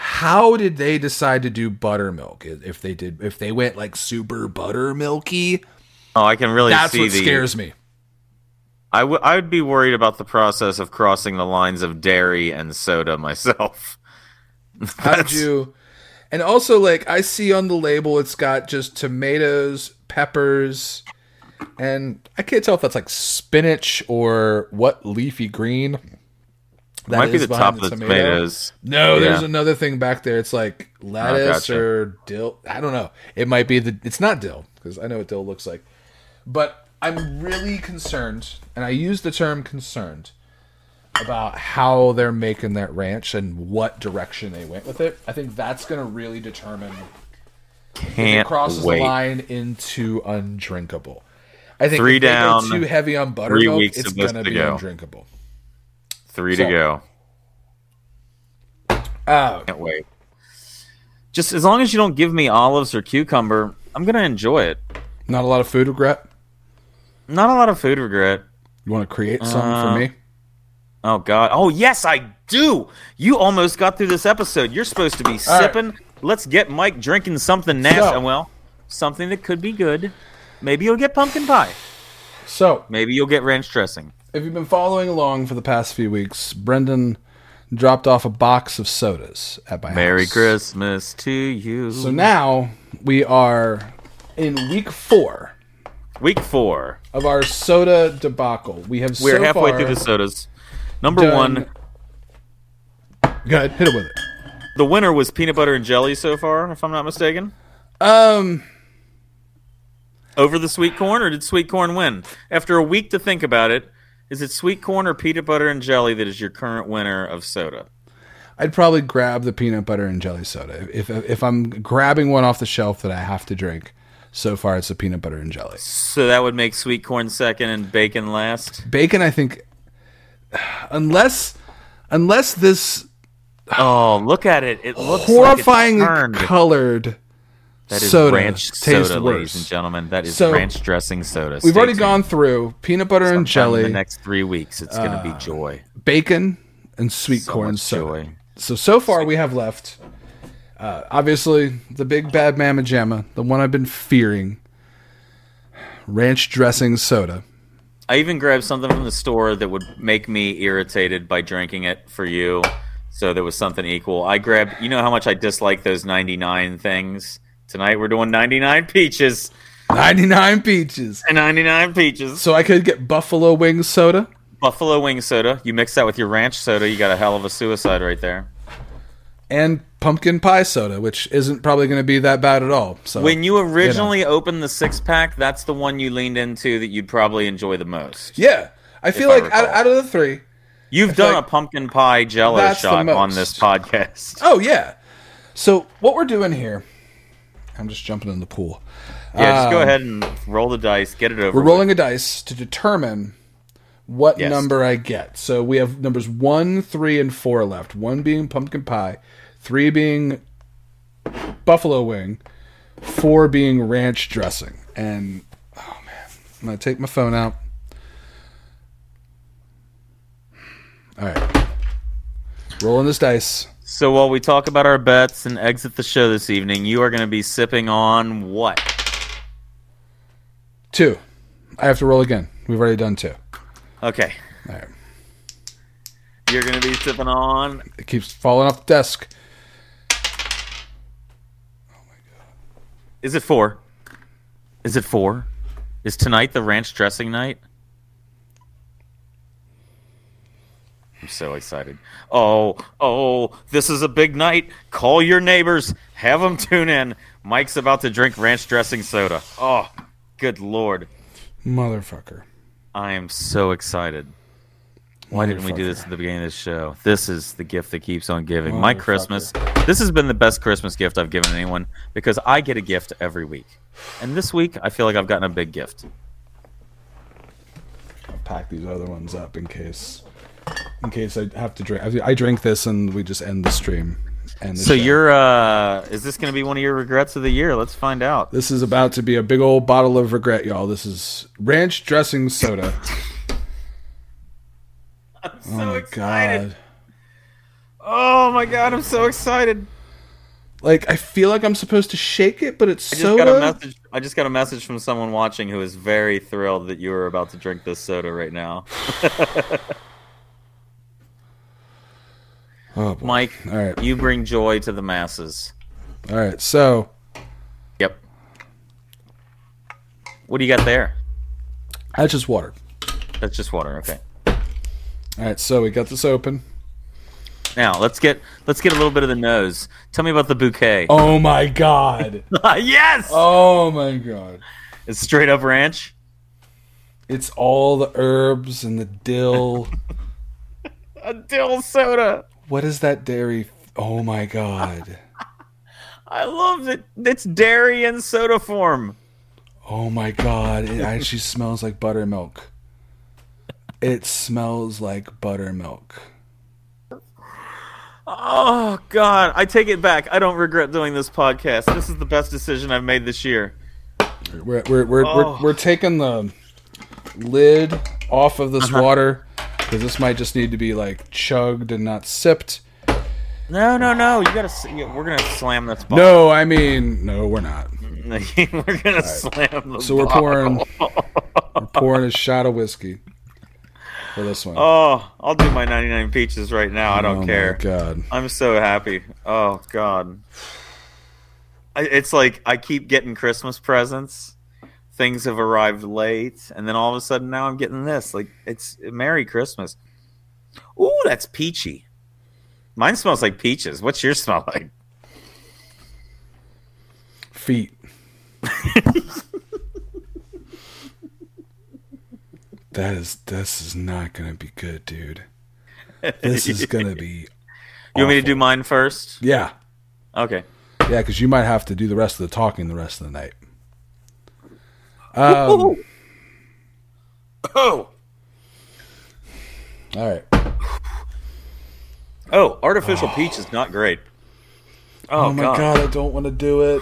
S2: how did they decide to do buttermilk if they did if they went like super buttermilky
S3: Oh, I can really
S2: that's
S3: see
S2: what
S3: the.
S2: scares
S3: (laughs)
S2: me
S3: I w- I would be worried about the process of crossing the lines of dairy and soda myself.
S2: how did you and also like i see on the label it's got just tomatoes peppers and i can't tell if that's like spinach or what leafy green (laughs) that
S3: Might be
S2: is
S3: the
S2: behind
S3: top of the tomatoes.
S2: No, there's
S3: Yeah. Ah,
S2: another thing back there. It's like lettuce
S3: gotcha.
S2: or dill. I don't know. It might be the. It's not dill because I know what dill looks like. But I'm really concerned, and I use the term concerned about how they're making that ranch and what direction they went with it. I think that's going to really determine
S3: Can't
S2: crosses
S3: wait.
S2: the line into undrinkable. I think
S3: Three
S2: if they go
S3: down,
S2: too heavy on buttermilk,
S3: weeks
S2: it's
S3: of this
S2: going to
S3: to
S2: be
S3: go.
S2: undrinkable.
S3: Three
S2: So-
S3: to go.
S2: Oh,
S3: Can't wait. Just as long as you don't give me olives or cucumber, I'm gonna enjoy it.
S2: not a lot of food regret.
S3: Not a lot of food regret.
S2: You want to create some
S3: Uh,
S2: for me?
S3: Oh God! Oh yes, I do. You almost got through this episode. You're supposed to be sipping. Let's get Mike drinking something nasty.
S2: So-
S3: well, something that could be good. Maybe you'll get pumpkin pie.
S2: So
S3: Maybe you'll get ranch dressing.
S2: if you've been following along for the past few weeks, Brendan dropped off a box of sodas at my
S3: Merry
S2: house.
S3: Christmas to you.
S2: So now we are in week four
S3: Week four.
S2: of our soda debacle. We have
S3: We're
S2: so
S3: halfway
S2: far
S3: through the sodas. Number
S2: done-
S3: one,
S2: Go ahead, hit it with it.
S3: the winner was peanut butter and jelly so far, if I'm not mistaken.
S2: Um,
S3: Over the sweet corn, or did sweet corn win? After a week to think about it, is it sweet corn or peanut butter and jelly that is your current winner of soda?
S2: I'd probably grab the peanut butter and jelly soda if if, if I'm grabbing one off the shelf that I have to drink. So far, it's the peanut butter and jelly.
S3: So that would make sweet corn second and bacon last.
S2: Bacon, I think, (sighs) unless unless this
S3: Oh, look at it! It looks
S2: horrifyingly
S3: Like it's turned.
S2: colored
S3: that is
S2: soda
S3: ranch
S2: tastes
S3: soda,
S2: worse.
S3: ladies and gentlemen. That is
S2: So-
S3: ranch dressing soda.
S2: We've
S3: Stay
S2: already
S3: tuned.
S2: gone through peanut butter and
S3: Sometime in
S2: jelly,
S3: The next three weeks, it's going to be joy.
S2: bacon, and sweet
S3: So
S2: corn
S3: much
S2: soda.
S3: joy.
S2: So so far we have left, uh, obviously the big bad mamma jamma, the one I've been fearing, ranch dressing soda.
S3: I even grabbed something from the store that would make me irritated by drinking it for you. So there was something equal. I grabbed, you know how much I dislike those 99 things. Tonight we're doing 99 (laughs) peaches.
S2: Ninety nine peaches.
S3: 99 peaches.
S2: So I could get buffalo wing soda.
S3: Buffalo wing soda. You mix that with your ranch soda, you got a hell of a suicide right there.
S2: And pumpkin pie soda, which isn't probably going to be that bad at all. So
S3: When you originally opened the six pack, that's the one you leaned into that you'd probably enjoy the most.
S2: yeah, I feel
S3: I
S2: like out,
S3: recall.
S2: out of the three,
S3: You've done
S2: like
S3: a pumpkin pie jello
S2: that's the
S3: shot on
S2: most.
S3: this podcast.
S2: oh yeah, So what we're doing here, I'm just jumping in the pool.
S3: (laughs) Yeah, just go ahead and roll the dice. Get it over.
S2: We're
S3: with.
S2: rolling a dice to determine what
S3: Yes.
S2: number I get. So we have numbers one, three, and four left. One being pumpkin pie, three being buffalo wing, four being ranch dressing. And oh man, I'm gonna take my phone out. All right, rolling this dice.
S3: So while we talk about our bets and exit the show this evening, you are going to be sipping on what?
S2: Two. I have to roll again. We've already done two.
S3: Okay.
S2: All right.
S3: You're going to be sipping on.
S2: It keeps falling off the desk.
S3: Is it four? Is it four? Is tonight the ranch dressing night? I'm so excited. Oh, oh, this is a big night. Call your neighbors, have them tune in. Mike's about to drink ranch dressing soda. Oh, good lord.
S2: Motherfucker.
S3: I am so excited. Why didn't we do this at the beginning of the show? This is the gift that keeps on giving. My
S2: Motherfucker.
S3: Christmas. This has been the best Christmas gift I've given anyone because I get a gift every week. And this week, I feel like I've gotten a big gift.
S2: pack these other ones up in case in case I have to drink. I drink this and we just end the stream. And the
S3: So
S2: show.
S3: you're uh is this going to be one of your regrets of the year? Let's find out.
S2: This is about to be a big old bottle of regret, y'all. This is ranch dressing soda.
S3: I'm so
S2: oh my god.
S3: Oh my god, I'm so excited.
S2: Like I feel like I'm supposed to shake it, but it's
S3: I just
S2: soda.
S3: got a message I just got a message from someone watching who is very thrilled that you are about to drink this soda right now.
S2: Oh, boy.
S3: Mike,
S2: All right.
S3: you bring joy to the masses.
S2: All right. So,
S3: Yep. What do you got there?
S2: that's just water.
S3: That's just water. Okay.
S2: All right. So, we got this open.
S3: Now let's get let's get a little bit of the nose. Tell me about the bouquet.
S2: Oh my god.
S3: (laughs) yes,
S2: oh my god.
S3: it's straight up ranch.
S2: It's all the herbs and the dill.
S3: A dill soda.
S2: what is that dairy? Oh my god.
S3: I love it. It's dairy in soda form.
S2: Oh my god, it actually smells like buttermilk. It smells like buttermilk.
S3: Oh God, I take it back. I don't regret doing this podcast. This is the best decision I've made this year.
S2: We're we're we're,
S3: Oh.
S2: we're, we're taking the lid off of this
S3: Uh-huh.
S2: water because this might just need to be like chugged and not sipped.
S3: No, no, no. You gotta. s- yeah, We're gonna slam this bottle.
S2: No, I mean no, we're not.
S3: (laughs) we're gonna slam the
S2: So we're
S3: bottle.
S2: pouring we're pouring a shot of whiskey for this one.
S3: Oh, I'll do my 99 peaches right now. I
S2: Oh
S3: don't
S2: my
S3: care.
S2: god.
S3: I'm so happy. Oh God, I, it's like I keep getting Christmas presents. Things have arrived late, and then all of a sudden now I'm getting this. Like it's Merry Christmas. Ooh, that's peachy. Mine smells like peaches. What's yours (laughs) smell like?
S2: Feet. that is this is not gonna be good, dude.
S3: (laughs)
S2: This is gonna be
S3: You want me to do mine first?
S2: yeah,
S3: Okay.
S2: yeah, because you might have to do the rest of the talking the rest of the night. Um, all
S3: Oh,
S2: right,
S3: oh, artificial peach is not great. Oh,
S2: Oh my god, I don't want to do it.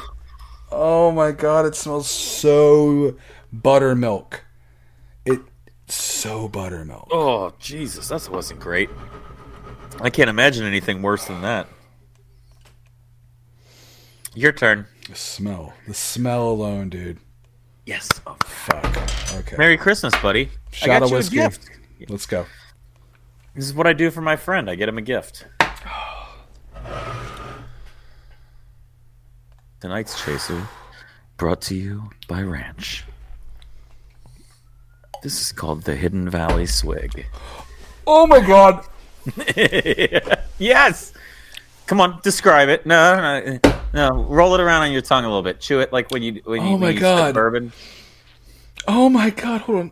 S2: Oh my god, it smells so buttermilk. It so buttermilk.
S3: Oh, Jesus, that wasn't great. I can't imagine anything worse than that. Your turn.
S2: The smell, the smell alone, dude.
S3: Yes. Oh,
S2: Fuck. Okay.
S3: Merry Christmas, buddy. I
S2: Shot
S3: got
S2: of
S3: you
S2: whiskey.
S3: a gift.
S2: Let's go.
S3: This is what I do for my friend. I get him a gift. (gasps) Tonight's Chaser brought to you by Ranch. This is called the Hidden Valley Swig.
S2: Oh my god.
S3: (laughs) Yes. Come on, describe it. No, no, no, no. Roll it around on your tongue a little bit. Chew it like when you when you,
S2: Oh
S3: when
S2: my
S3: you sip
S2: God.
S3: bourbon. (laughs)
S2: Oh my god, hold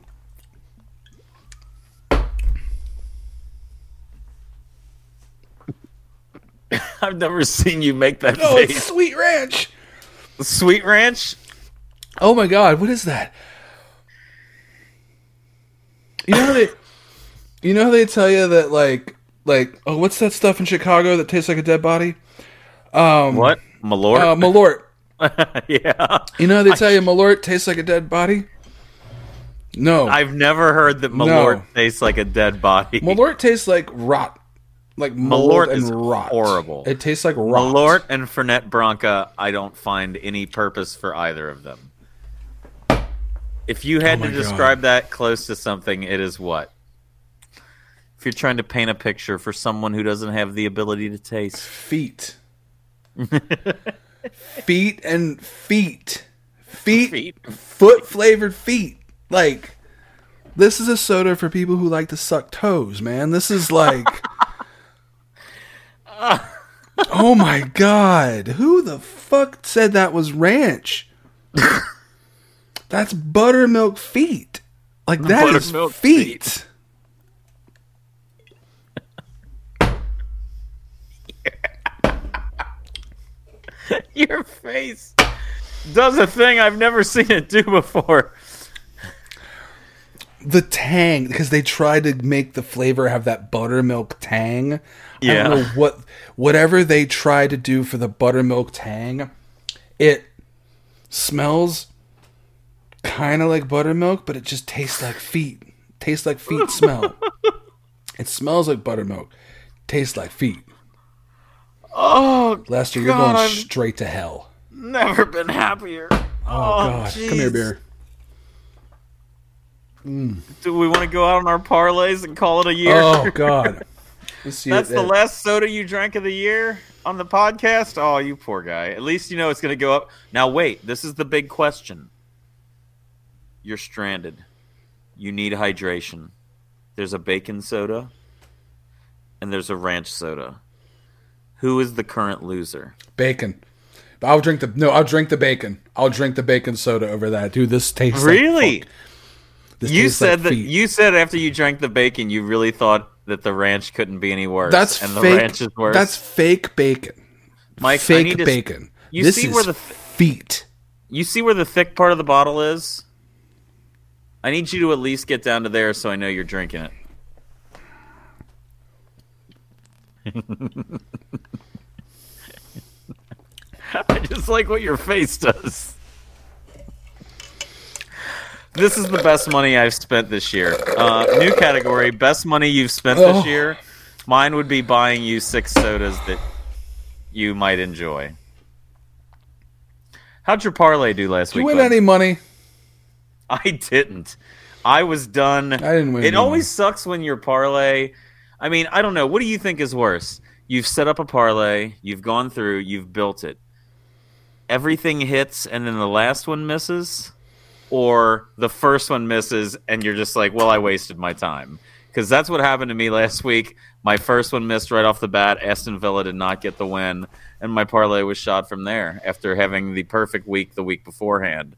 S2: on.
S3: I've never seen you make that
S2: Oh, it's
S3: face.
S2: sweet ranch.
S3: Sweet Ranch?
S2: Oh my god, what is that? You know how they You know how they tell you that like like oh what's that stuff in Chicago that tastes like a dead body?
S3: What? Malort?
S2: Um, Uh Malort.
S3: (laughs) yeah.
S2: You know how they tell you Malort tastes like a dead body? No.
S3: I've never heard that Malort tastes like a dead body.
S2: Malort tastes like rot. Like mold
S3: Malort
S2: and
S3: is
S2: rot.
S3: horrible.
S2: It tastes like rot.
S3: Malort and Fernet Branca, I don't find any purpose for either of them. If you had
S2: Oh my
S3: to
S2: God.
S3: describe that close to something, it is what? If you're trying to paint a picture for someone who doesn't have the ability to taste, (laughs)
S2: feet. feet and feet. Feet,
S3: Feet.
S2: foot flavored feet. Like this is a soda for people who like to suck toes, man. This is like
S3: (laughs)
S2: Oh my god. Who the fuck said that was ranch? That's buttermilk feet. Like that is
S3: Buttermilk
S2: feet.
S3: your face does a thing I've never seen it do before.
S2: the tang because they tried to make the flavor have that buttermilk tang. I
S3: Yeah.
S2: don't know what whatever they tried to do for the buttermilk tang, it smells kind of like buttermilk, but it just tastes like feet. Tastes like
S3: (laughs)
S2: feet smell. it smells like buttermilk. Tastes like feet.
S3: Oh,
S2: Lester, you're
S3: God,
S2: going
S3: I'm-
S2: straight to hell.
S3: never been happier.
S2: Oh, God. Come here,
S3: jeez.
S2: beer.
S3: Do we want to go out on our parlays and call it a year?
S2: Oh God. Let's see
S3: That's
S2: it-
S3: the
S2: it-
S3: last soda you drank of the year on the podcast. Oh, you poor guy. At least you know it's going to go up. Now, wait. This is the big question. You're stranded. You need hydration. There's a bacon soda and there's a ranch soda. Who is the current loser?
S2: Bacon. I'll drink the no. I'll drink the bacon. I'll drink the bacon soda over that, dude. This tastes like
S3: Really?
S2: fuck. This
S3: You
S2: tastes
S3: said
S2: like
S3: that
S2: feet.
S3: you said after you drank the bacon, you really thought that the ranch couldn't be any worse.
S2: that's
S3: and
S2: fake.
S3: the ranch is worse.
S2: That's fake bacon.
S3: Mike, I
S2: fake
S3: need to s-
S2: bacon.
S3: you
S2: this
S3: see
S2: is
S3: where the th-
S2: feet.
S3: You see where the thick part of the bottle is? I need you to at least get down to there so I know you're drinking it. (laughs) I just like what your face does. This is the best money I've spent this year. Uh, new category: best money you've spent
S2: Oh.
S3: this year. Mine would be buying you six sodas that you might enjoy. How'd your parlay do last
S2: Do you
S3: week?
S2: win
S3: bud?
S2: any money?
S3: (laughs) I didn't. I was done. I
S2: didn't win
S3: It
S2: any money.
S3: always sucks when your parlay. I mean, I don't know. What do you think is worse? You've set up a parlay. You've gone through. You've built it. Everything hits, and then the last one misses, or the first one misses, and you're just like, "Well, I wasted my time." Because that's what happened to me (laughs) last week. My first one missed right off the bat. Aston Villa did not get the win, and my parlay was shot from there after having the perfect week the week beforehand.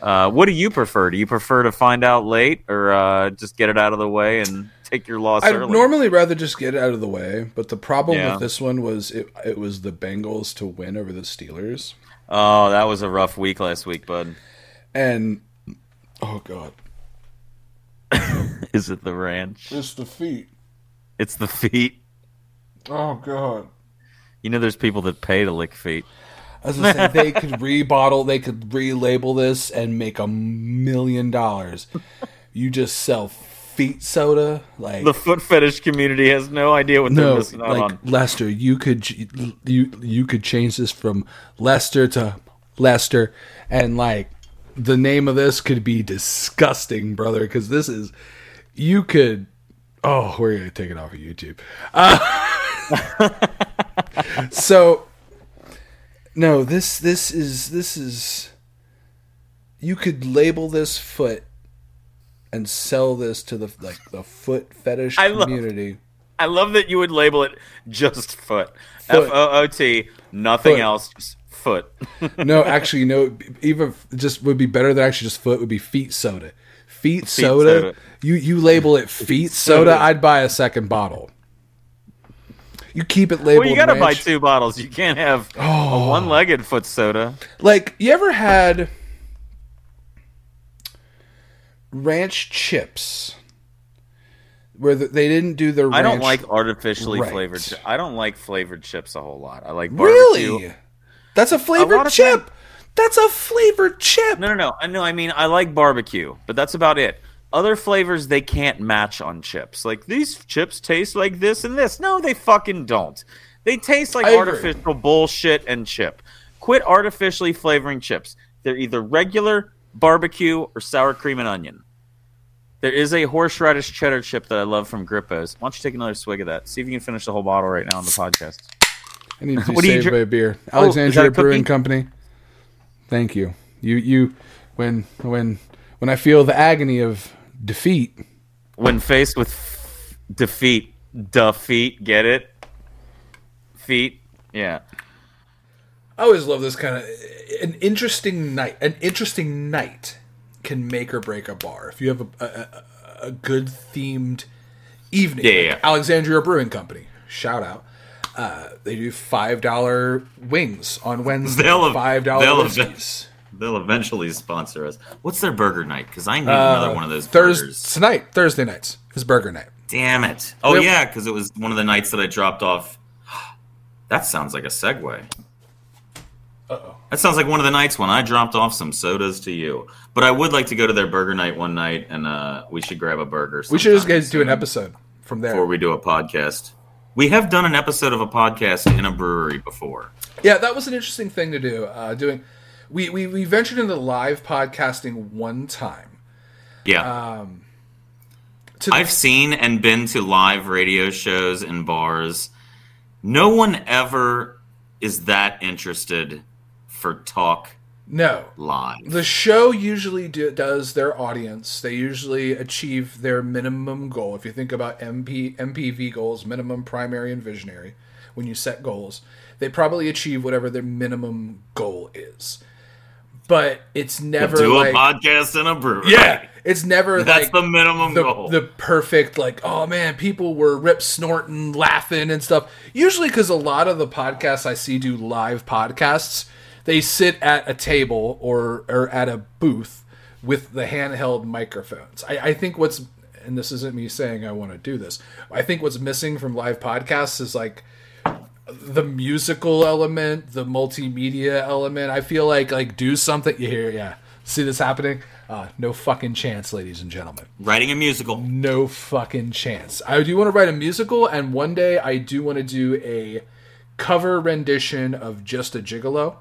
S3: Uh, what do you prefer? Do you prefer to find out late or uh, just get it out of the way and take your loss
S2: I'd
S3: early?
S2: normally rather just get it out of the way, but the problem
S3: Yeah.
S2: with this one was it. It was the Bengals to win over the Steelers,
S3: oh, that was a rough week last week, bud.
S2: and oh god,
S3: Is it the ranch?
S2: it's the feet.
S3: It's the feet.
S2: Oh god.
S3: You know, there's people that pay to lick feet.
S2: As I said, they
S3: (laughs)
S2: could rebottle, they could relabel this and make a million dollars. You just sell feet soda, like
S3: The foot fetish community has no idea what they're
S2: no,
S3: missing out
S2: like
S3: on.
S2: Lester. You could ch- you you could change this from Lester to Lester, and like the name of this could be disgusting, brother. Because this is you could. Oh, we're gonna take it off of YouTube. Uh, (laughs) so no, this this is this is you could label this foot and sell this to the like the foot fetish
S3: I love-
S2: community.
S3: I love that you would label it just foot.
S2: Foot.
S3: F O O T, nothing
S2: Foot.
S3: else, just foot.
S2: No, actually, you know, even f- just would be better than actually just foot would be feet soda. Feet, soda,
S3: soda.
S2: You you label it feet soda.
S3: soda.
S2: I'd buy a second bottle. You keep it labeled.
S3: Well, you gotta buy
S2: ranch. Oh.
S3: two bottles. You can't have a one-legged foot soda.
S2: Like, you ever had ranch chips where the, they didn't do the ranch?
S3: I don't like artificially
S2: Right.
S3: flavored. chi- I don't like flavored chips a whole lot. I like barbecue.
S2: really. That's a flavored
S3: lot of
S2: chip. That's a flavored chip.
S3: (laughs) No, no, no. I know. I mean, I like barbecue, but that's about it. Other flavors they can't match on chips. Like these chips taste like this and this. No, they fucking don't. They taste like
S2: I agree.
S3: artificial bullshit and chip. Quit artificially flavoring chips. They're either regular barbecue or sour cream and onion. There is a horseradish cheddar chip that I love from Grippo's. Why don't you take another swig of that? See if you can finish the whole bottle right now on the podcast.
S2: I need (laughs) to be
S3: What do you
S2: saved
S3: dri-
S2: by a beer.
S3: Oh, is that a
S2: Alexandria Brewing
S3: cookie?
S2: Company. Thank you. You you when when when I feel the agony of defeat.
S3: when faced with f- defeat, defeat, get it? Feet, yeah.
S2: I always love this kind of an interesting night. An interesting night can make or break a bar. If you have a a, a, a good themed evening,
S3: Yeah, yeah, yeah.
S2: Alexandria Brewing Company. Shout out. Uh, they do five dollar wings on Wednesday.
S4: They'll have-
S2: five dollar
S4: they'll have-
S2: whiskeys.
S4: They'll eventually sponsor us. What's their burger night? Because I need
S2: Uh,
S4: another one of those burgers.
S2: Thursday night, Thursday nights is burger night.
S4: Damn it! Oh
S2: Yep.
S4: yeah, because it was one of the nights that I dropped off. (sighs) That sounds like a segue.
S2: Uh-oh.
S4: That sounds like one of the nights when I dropped off some sodas to you. But I would like to go to their burger night one night, and uh, we should grab a burger.
S2: We should just
S4: sometime
S2: guys do an
S4: soon
S2: episode from there.
S4: before we do a podcast. We have done an episode of a podcast in a brewery before.
S2: Yeah, that was an interesting thing to do. Uh, doing, we, we we ventured into live podcasting one time.
S4: Yeah.
S2: Uh, To
S4: I've seen and been to live radio shows and bars. No one ever is that interested for talk
S2: no,
S4: live.
S2: the show usually do, does their audience. They usually achieve their minimum goal. If you think about MP MPV goals, minimum primary and visionary, when you set goals, they probably achieve whatever their minimum goal is. But it's never
S4: Do
S2: like
S4: a podcast in a brewery.
S2: yeah, it's never
S4: (laughs) That's
S2: like,
S4: the minimum
S2: the,
S4: goal.
S2: the perfect like oh man people were rip snorting laughing and stuff usually because a lot of the podcasts i see do live podcasts they sit at a table or or at a booth with the handheld microphones i, I think what's and this isn't me saying i want to do this i think what's missing from live podcasts is like the musical element the multimedia element i feel like like do something you hear yeah see this happening uh, no fucking chance ladies and gentlemen
S4: Writing a musical.
S2: no fucking chance. I do want to write a musical, and one day I do want to do a cover rendition of "Just a Gigolo"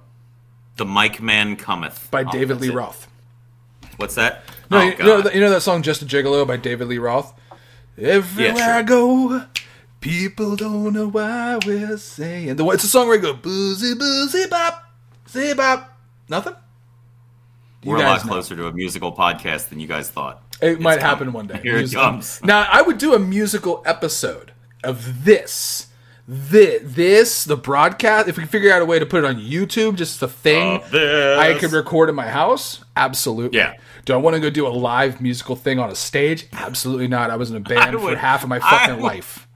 S4: The Mike Man Cometh.
S2: by
S4: Oh,
S2: David
S4: that's
S2: Lee
S4: it.
S2: Roth.
S4: What's that?
S2: No,
S4: oh,
S2: you,
S4: God.
S2: know, you know that song "Just a Gigolo" by David Lee Roth. Everywhere
S4: sure.
S2: I go, people don't know why we're saying the. It's a song where you go boozy boozy bop, zip bop. Nothing. You
S4: We're a lot
S2: guys know.
S4: closer to a musical podcast than you guys thought.
S2: It might
S4: coming.
S2: happen one day.
S4: Here it
S2: Musical-
S4: comes.
S2: Now I would do a musical episode of this. This, this, the broadcast. If we could figure out a way to put it on YouTube, just the thing
S4: this.
S2: I could record in my house, absolutely.
S4: Yeah.
S2: Do I want to go do a live musical thing on a stage? Absolutely not. I was in a band for
S4: would-
S2: half of my
S4: I
S2: fucking
S4: would-
S2: life.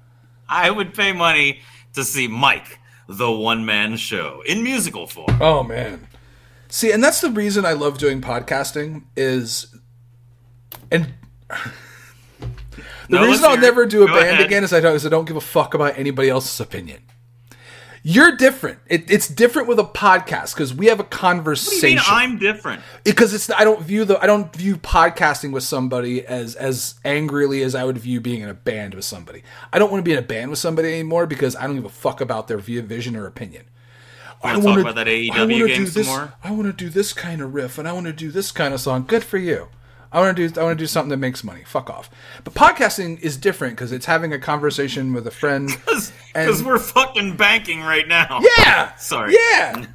S4: I would pay money to see Mike, the one man show, in musical form.
S2: Oh man. See, and that's the reason I love doing podcasting is, and The reason I'll never do a band again is I don't is I don't give a fuck about anybody else's opinion. You're different. It, it's different with a podcast because we have a
S4: What do you mean
S2: conversation.
S4: I'm different?
S2: Because it's I don't view the I don't view podcasting with somebody as as angrily as I would view being in a band with somebody. I don't want to be in a band with somebody anymore because I don't give a fuck about their view, vision, or opinion. I
S4: talk
S2: wanna-
S4: about that
S2: I
S4: AEW
S2: wanna
S4: game
S2: do
S4: some
S2: this,
S4: more?
S2: I want to do this kind of riff and I want to do this kind of song. Good for you. I want to do I want to do something that makes money. Fuck off. But podcasting is different because it's having a conversation with a
S4: (laughs)
S2: friend.
S4: Because
S2: And-
S4: we're fucking banking right now.
S2: yeah.
S4: Sorry.
S2: Yeah.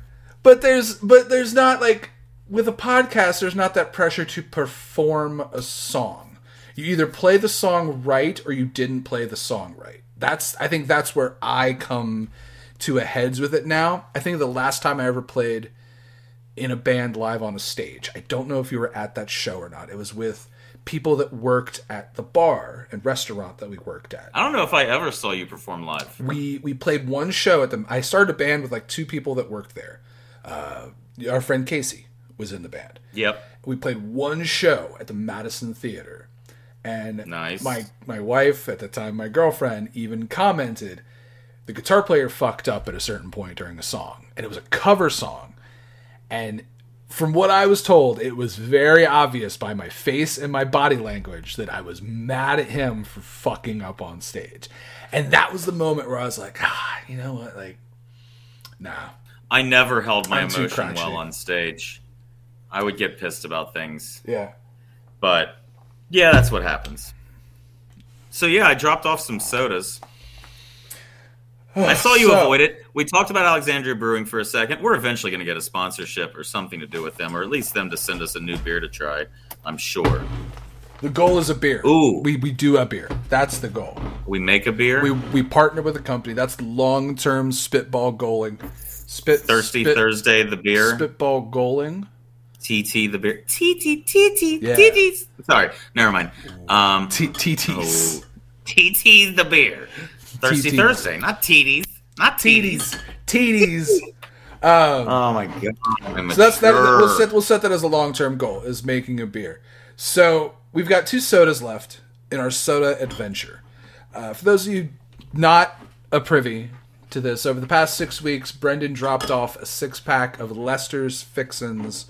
S2: But there's but there's not like with a podcast there's not that pressure to perform a song. You either play the song right or you didn't play the song right. That's I think that's where I come to a heads with it now. I think the last time I ever played in a band live on a stage. I don't know if you were at that show or not. It was with people that worked at the bar and restaurant that we worked at.
S3: I don't know if I ever saw you perform live.
S2: We we played one show at the. I started a band with like two people that worked there. Uh, our friend Casey was in the band.
S3: Yep.
S2: We played one show at the Madison Theater, and
S3: Nice.
S2: my my wife at the time, my girlfriend, even commented the guitar player fucked up at a certain point during the song, and it was a cover song, and from what I was told, it was very obvious by my face and my body language that I was mad at him for fucking up on stage, and that was the moment where I was like, ah, you know what, like, nah,
S3: I never held my
S2: I'm too
S3: emotion well
S2: crunchy.
S3: on stage. I would get pissed about things,
S2: yeah.
S3: but yeah, that's what happens. So yeah, I dropped off some sodas. I saw you
S2: So-
S3: avoid it. We talked about Alexandria Brewing for a second. We're eventually going to get a sponsorship or something to do with them, or at least them to send us a new beer to try. I'm sure.
S2: The goal is a beer.
S3: Ooh.
S2: we we do a beer. That's the goal.
S3: We make a beer.
S2: We we partner with a company. That's long term spitball goaling. Spit
S3: Thirsty
S2: spit-
S3: Thursday, the beer.
S2: Spitball goaling.
S3: TT, the beer. TT, TT,
S2: Yeah.
S3: TT. Sorry, never mind. Um,
S2: T-
S3: Oh.
S2: TTs.
S3: TT's the beer. Thirsty
S2: TTs.
S3: Thursday, not TT's. Not TT's.
S2: TDs. TDs.
S3: Oh my god. I'm
S2: So that's that. We'll
S3: mature.
S2: set we'll set that as a long term goal is making a beer. So we've got two sodas left in our soda adventure. Uh, for those of you not a privy to this, over the past six weeks, Brendan dropped off a six pack of Lester's Fixins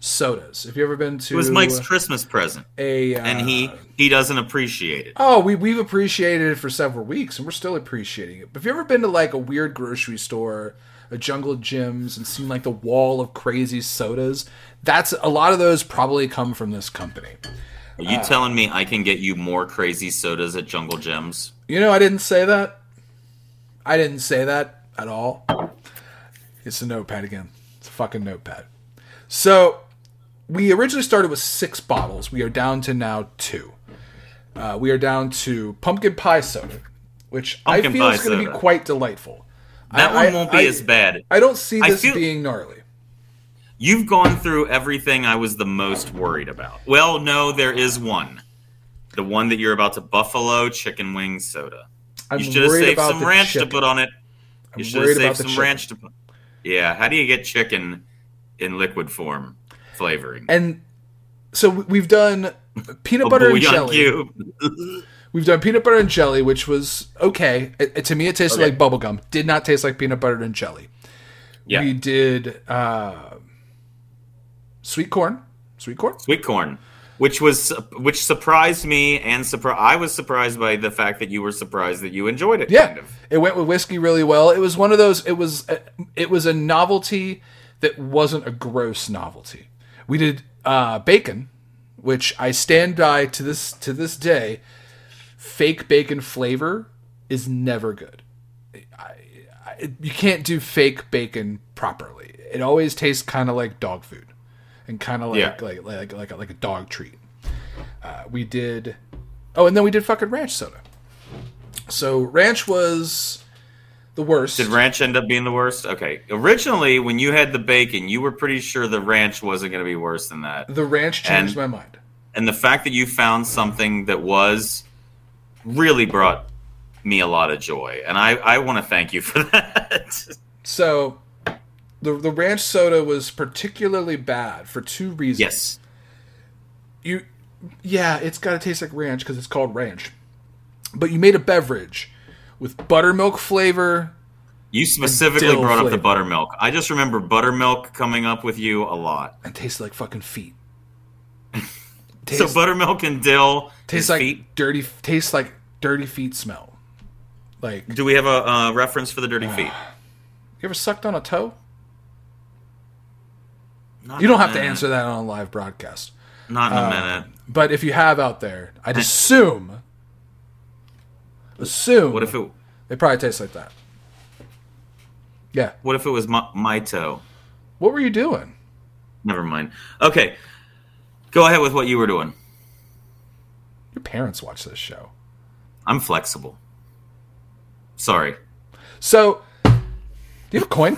S2: sodas. Have you ever been to
S3: It was Mike's Christmas present,
S2: a uh,
S3: and he he doesn't appreciate it.
S2: Oh, we we've appreciated it for several weeks, and we're still appreciating it. But have you ever been to like a weird grocery store, a jungle gyms, and seen like the wall of crazy sodas? That's a lot of those probably come from this company.
S3: Are you telling me I can get you more crazy sodas at Jungle Gems?
S2: You know, I didn't say that. I didn't say that at all. It's a notepad again. It's a fucking notepad. So we originally started with six bottles. We are down to now two. Uh, we are down to pumpkin pie soda, which I
S3: Pumpkin
S2: feel
S3: pie
S2: is going to be
S3: soda.
S2: quite delightful.
S3: That
S2: I- I-
S3: one won't be
S2: I-
S3: as bad.
S2: I don't see
S3: I
S2: this
S3: feel-
S2: being gnarly.
S3: You've gone through everything I was the most worried about. Well, no, there is one. The one that you're about to buffalo chicken wing soda.
S2: I'm
S3: You should have
S2: worried
S3: saved
S2: about
S3: some
S2: the
S3: ranch
S2: chicken.
S3: to put on it.
S2: I'm
S3: You should have
S2: worried about
S3: saved
S2: the
S3: some
S2: chicken.
S3: ranch to put. Yeah, how do you get chicken in liquid form flavoring?
S2: And so we- we've
S3: (laughs)
S2: done peanut butter and
S3: Bouillon
S2: jelly.
S3: cube.
S2: We've done peanut butter and jelly, which was okay. It, it- to me, it tasted
S3: Okay.
S2: like bubble gum. Did not taste like peanut butter and jelly.
S3: Yeah,
S2: We did uh, sweet corn. Sweet corn.
S3: sweet corn, which was which surprised me and surpri- I was surprised by the fact that you were surprised that you enjoyed it.
S2: Yeah,
S3: kind of.
S2: it went with whiskey really well. It was one of those. It was a, it was a novelty that wasn't a gross novelty. We did uh, bacon, which I stand by to this to this day. Fake bacon flavor is never good. I, I, you can't do fake bacon properly. It always tastes kind of like dog food, and kind of like,
S3: Yeah.
S2: like like like a, like a dog treat. Uh, we did. Oh, and then we did fucking ranch soda. So ranch was the worst.
S3: Did ranch end up being the worst? Okay. Originally, when you had the bacon, you were pretty sure the ranch wasn't going to be worse than that.
S2: the ranch changed
S3: and-
S2: my mind.
S3: And the fact that you found something that was really brought me a lot of joy. And I, I want to thank you for (laughs) that.
S2: So the the ranch soda was particularly bad for two reasons.
S3: yes.
S2: You yeah, it's got to taste like ranch cuz it's called ranch. But you made a beverage with buttermilk flavor.
S3: You specifically
S2: dill
S3: brought up
S2: flavor.
S3: the buttermilk. I just remember buttermilk coming up with you a lot.
S2: and tasted like fucking feet.
S3: (laughs) so buttermilk and dill
S2: tastes
S3: is
S2: like
S3: feet.
S2: dirty tastes like dirty feet smell. Like you
S3: Do we have a uh, reference for the dirty feet?
S2: ever sucked on a toe? (sighs) You don't have to answer Uh. that on a live broadcast.
S3: Not in a minute.
S2: But if you have out there, I'd assume assume
S3: What if it?
S2: they probably taste like that. Yeah.
S3: What if it was my, my toe?
S2: What were you doing?
S3: Never mind. Okay, go ahead with what you were doing.
S2: Your parents watch this show.
S3: I'm flexible. Sorry.
S2: So do you have a coin?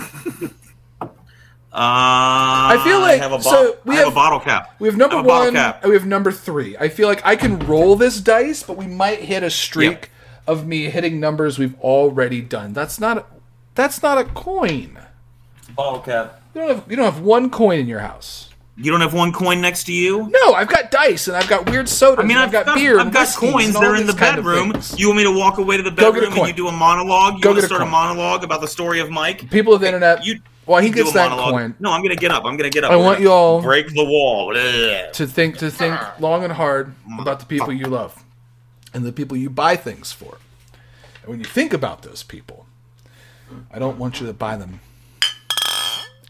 S3: Uh, I
S2: feel like-
S3: have a
S2: so we
S3: I have,
S2: have-
S3: a bottle cap.
S2: We have number
S3: (laughs) I a bottle
S2: one.
S3: cap.
S2: and We have number three. I feel like I can roll this dice, but we might hit a streak
S3: Yep.
S2: of me hitting numbers we've already done. That's not. That's not a coin.
S3: Bottle cap.
S2: You don't have. You don't have one coin in your house.
S3: You don't have one coin next to you.
S2: No, I've got dice and I've got weird soda.
S3: I mean,
S2: and
S3: I've got,
S2: beer.
S3: I've
S2: and
S3: got
S2: whiskeys
S3: coins.
S2: and all
S3: They're in
S2: these
S3: the
S2: kind of
S3: bedroom.
S2: things.
S3: You want me to walk away to the
S2: Go get a
S3: bedroom and
S2: coin.
S3: you do a monologue? You
S2: Go
S3: want
S2: get
S3: to
S2: a
S3: start a
S2: coin.
S3: monologue about the story of Mike?
S2: People of the internet.
S3: You.
S2: well, he
S3: you do
S2: gets
S3: a
S2: that
S3: monologue.
S2: coin
S3: No, I'm gonna get up. I'm gonna get up.
S2: I
S3: We're
S2: want
S3: gonna
S2: you all-
S3: break the wall. Bleh.
S2: to think to think long and hard about the people you love and the people you buy things for. And when you think about those people, I don't want you to buy them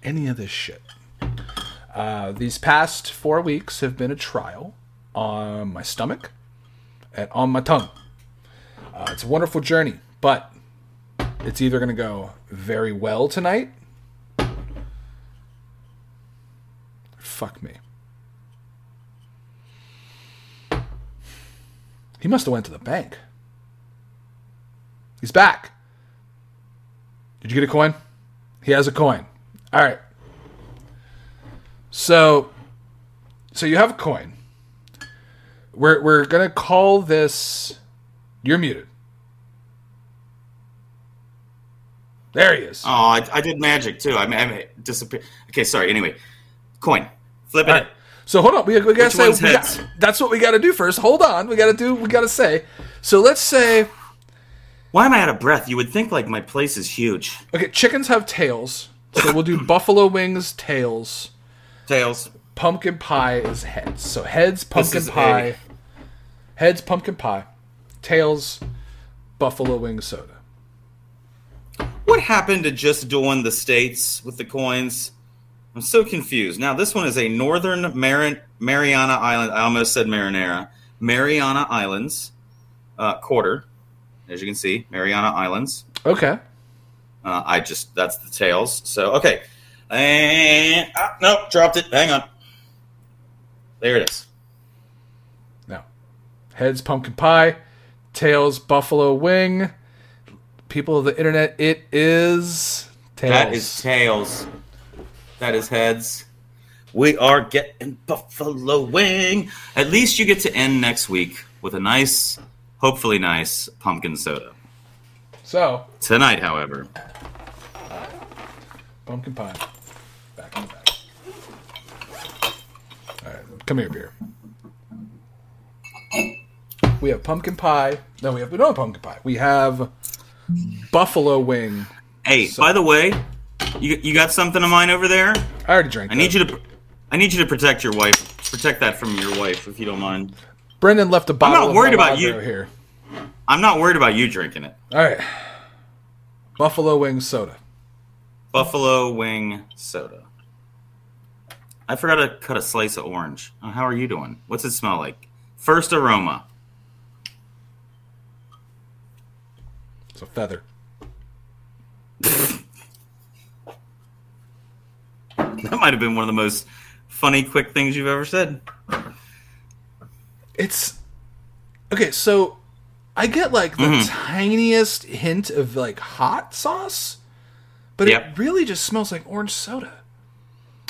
S2: any of this shit. Uh, these past four weeks have been a trial on my stomach and on my tongue. Uh, it's a wonderful journey, but it's either going to go very well tonight. Fuck me. He must have went to the bank. He's back. Did you get a coin? He has a coin. All right. So so you have a coin. We're we're going to call this You're muted. There he is.
S3: Oh, I, I did magic too. I mean, I disappeared. Okay, sorry. Anyway, coin. Flip it.
S2: All right. So hold on, we, we gotta
S3: Which one's
S2: say we got-
S3: heads?
S2: that's what we gotta do first. Hold on, we gotta do we gotta say. So let's say
S3: Why am I out of breath? You would think like my place is huge.
S2: Okay, chickens have tails, so we'll
S3: (coughs)
S2: do buffalo wings tails.
S3: Tails.
S2: Pumpkin pie is heads. So heads, pumpkin
S3: is a-
S2: pie, heads, pumpkin pie, tails, buffalo wing soda.
S3: What happened to just doing the states with the coins? I'm so confused. Now this one is a northern Marin- Mariana Island. I almost said Marinara. Mariana Islands uh, quarter. As you can see, Mariana Islands.
S2: Okay,
S3: Uh, I just that's the tails. So okay, and ah, nope, dropped it. Hang on. There it is.
S2: now heads, pumpkin pie, tails, buffalo wing. People of the internet, it is tails.
S3: That is tails. That is heads. We are getting buffalo wing. At least you get to end next week with a nice, hopefully nice pumpkin soda.
S2: so
S3: Tonight, however,
S2: pumpkin pie. Back in the back. All right, come here, beer. We have pumpkin pie. No, we have we don't have pumpkin pie. We have buffalo wing.
S3: hey, by the way, you, you got something of mine over there?
S2: I already drank.
S3: I need you to I need you to protect your wife. Protect that from your wife, if you don't mind.
S2: Brendan left a bottle.
S3: not
S2: of
S3: worried about
S2: Milagro
S3: you.
S2: here.
S3: I'm not worried about you drinking it.
S2: All right, buffalo wing soda.
S3: Buffalo wing soda. I forgot to cut a slice of orange. Oh, how are you doing? What's it smell like? First aroma. (laughs)
S2: It's a feather.
S3: That might have been one of the most funny, quick things you've ever said.
S2: It's okay. So I get like the
S3: Mm-hmm.
S2: tiniest hint of like hot sauce, but
S3: Yep. Oh,
S2: it really just smells like orange soda.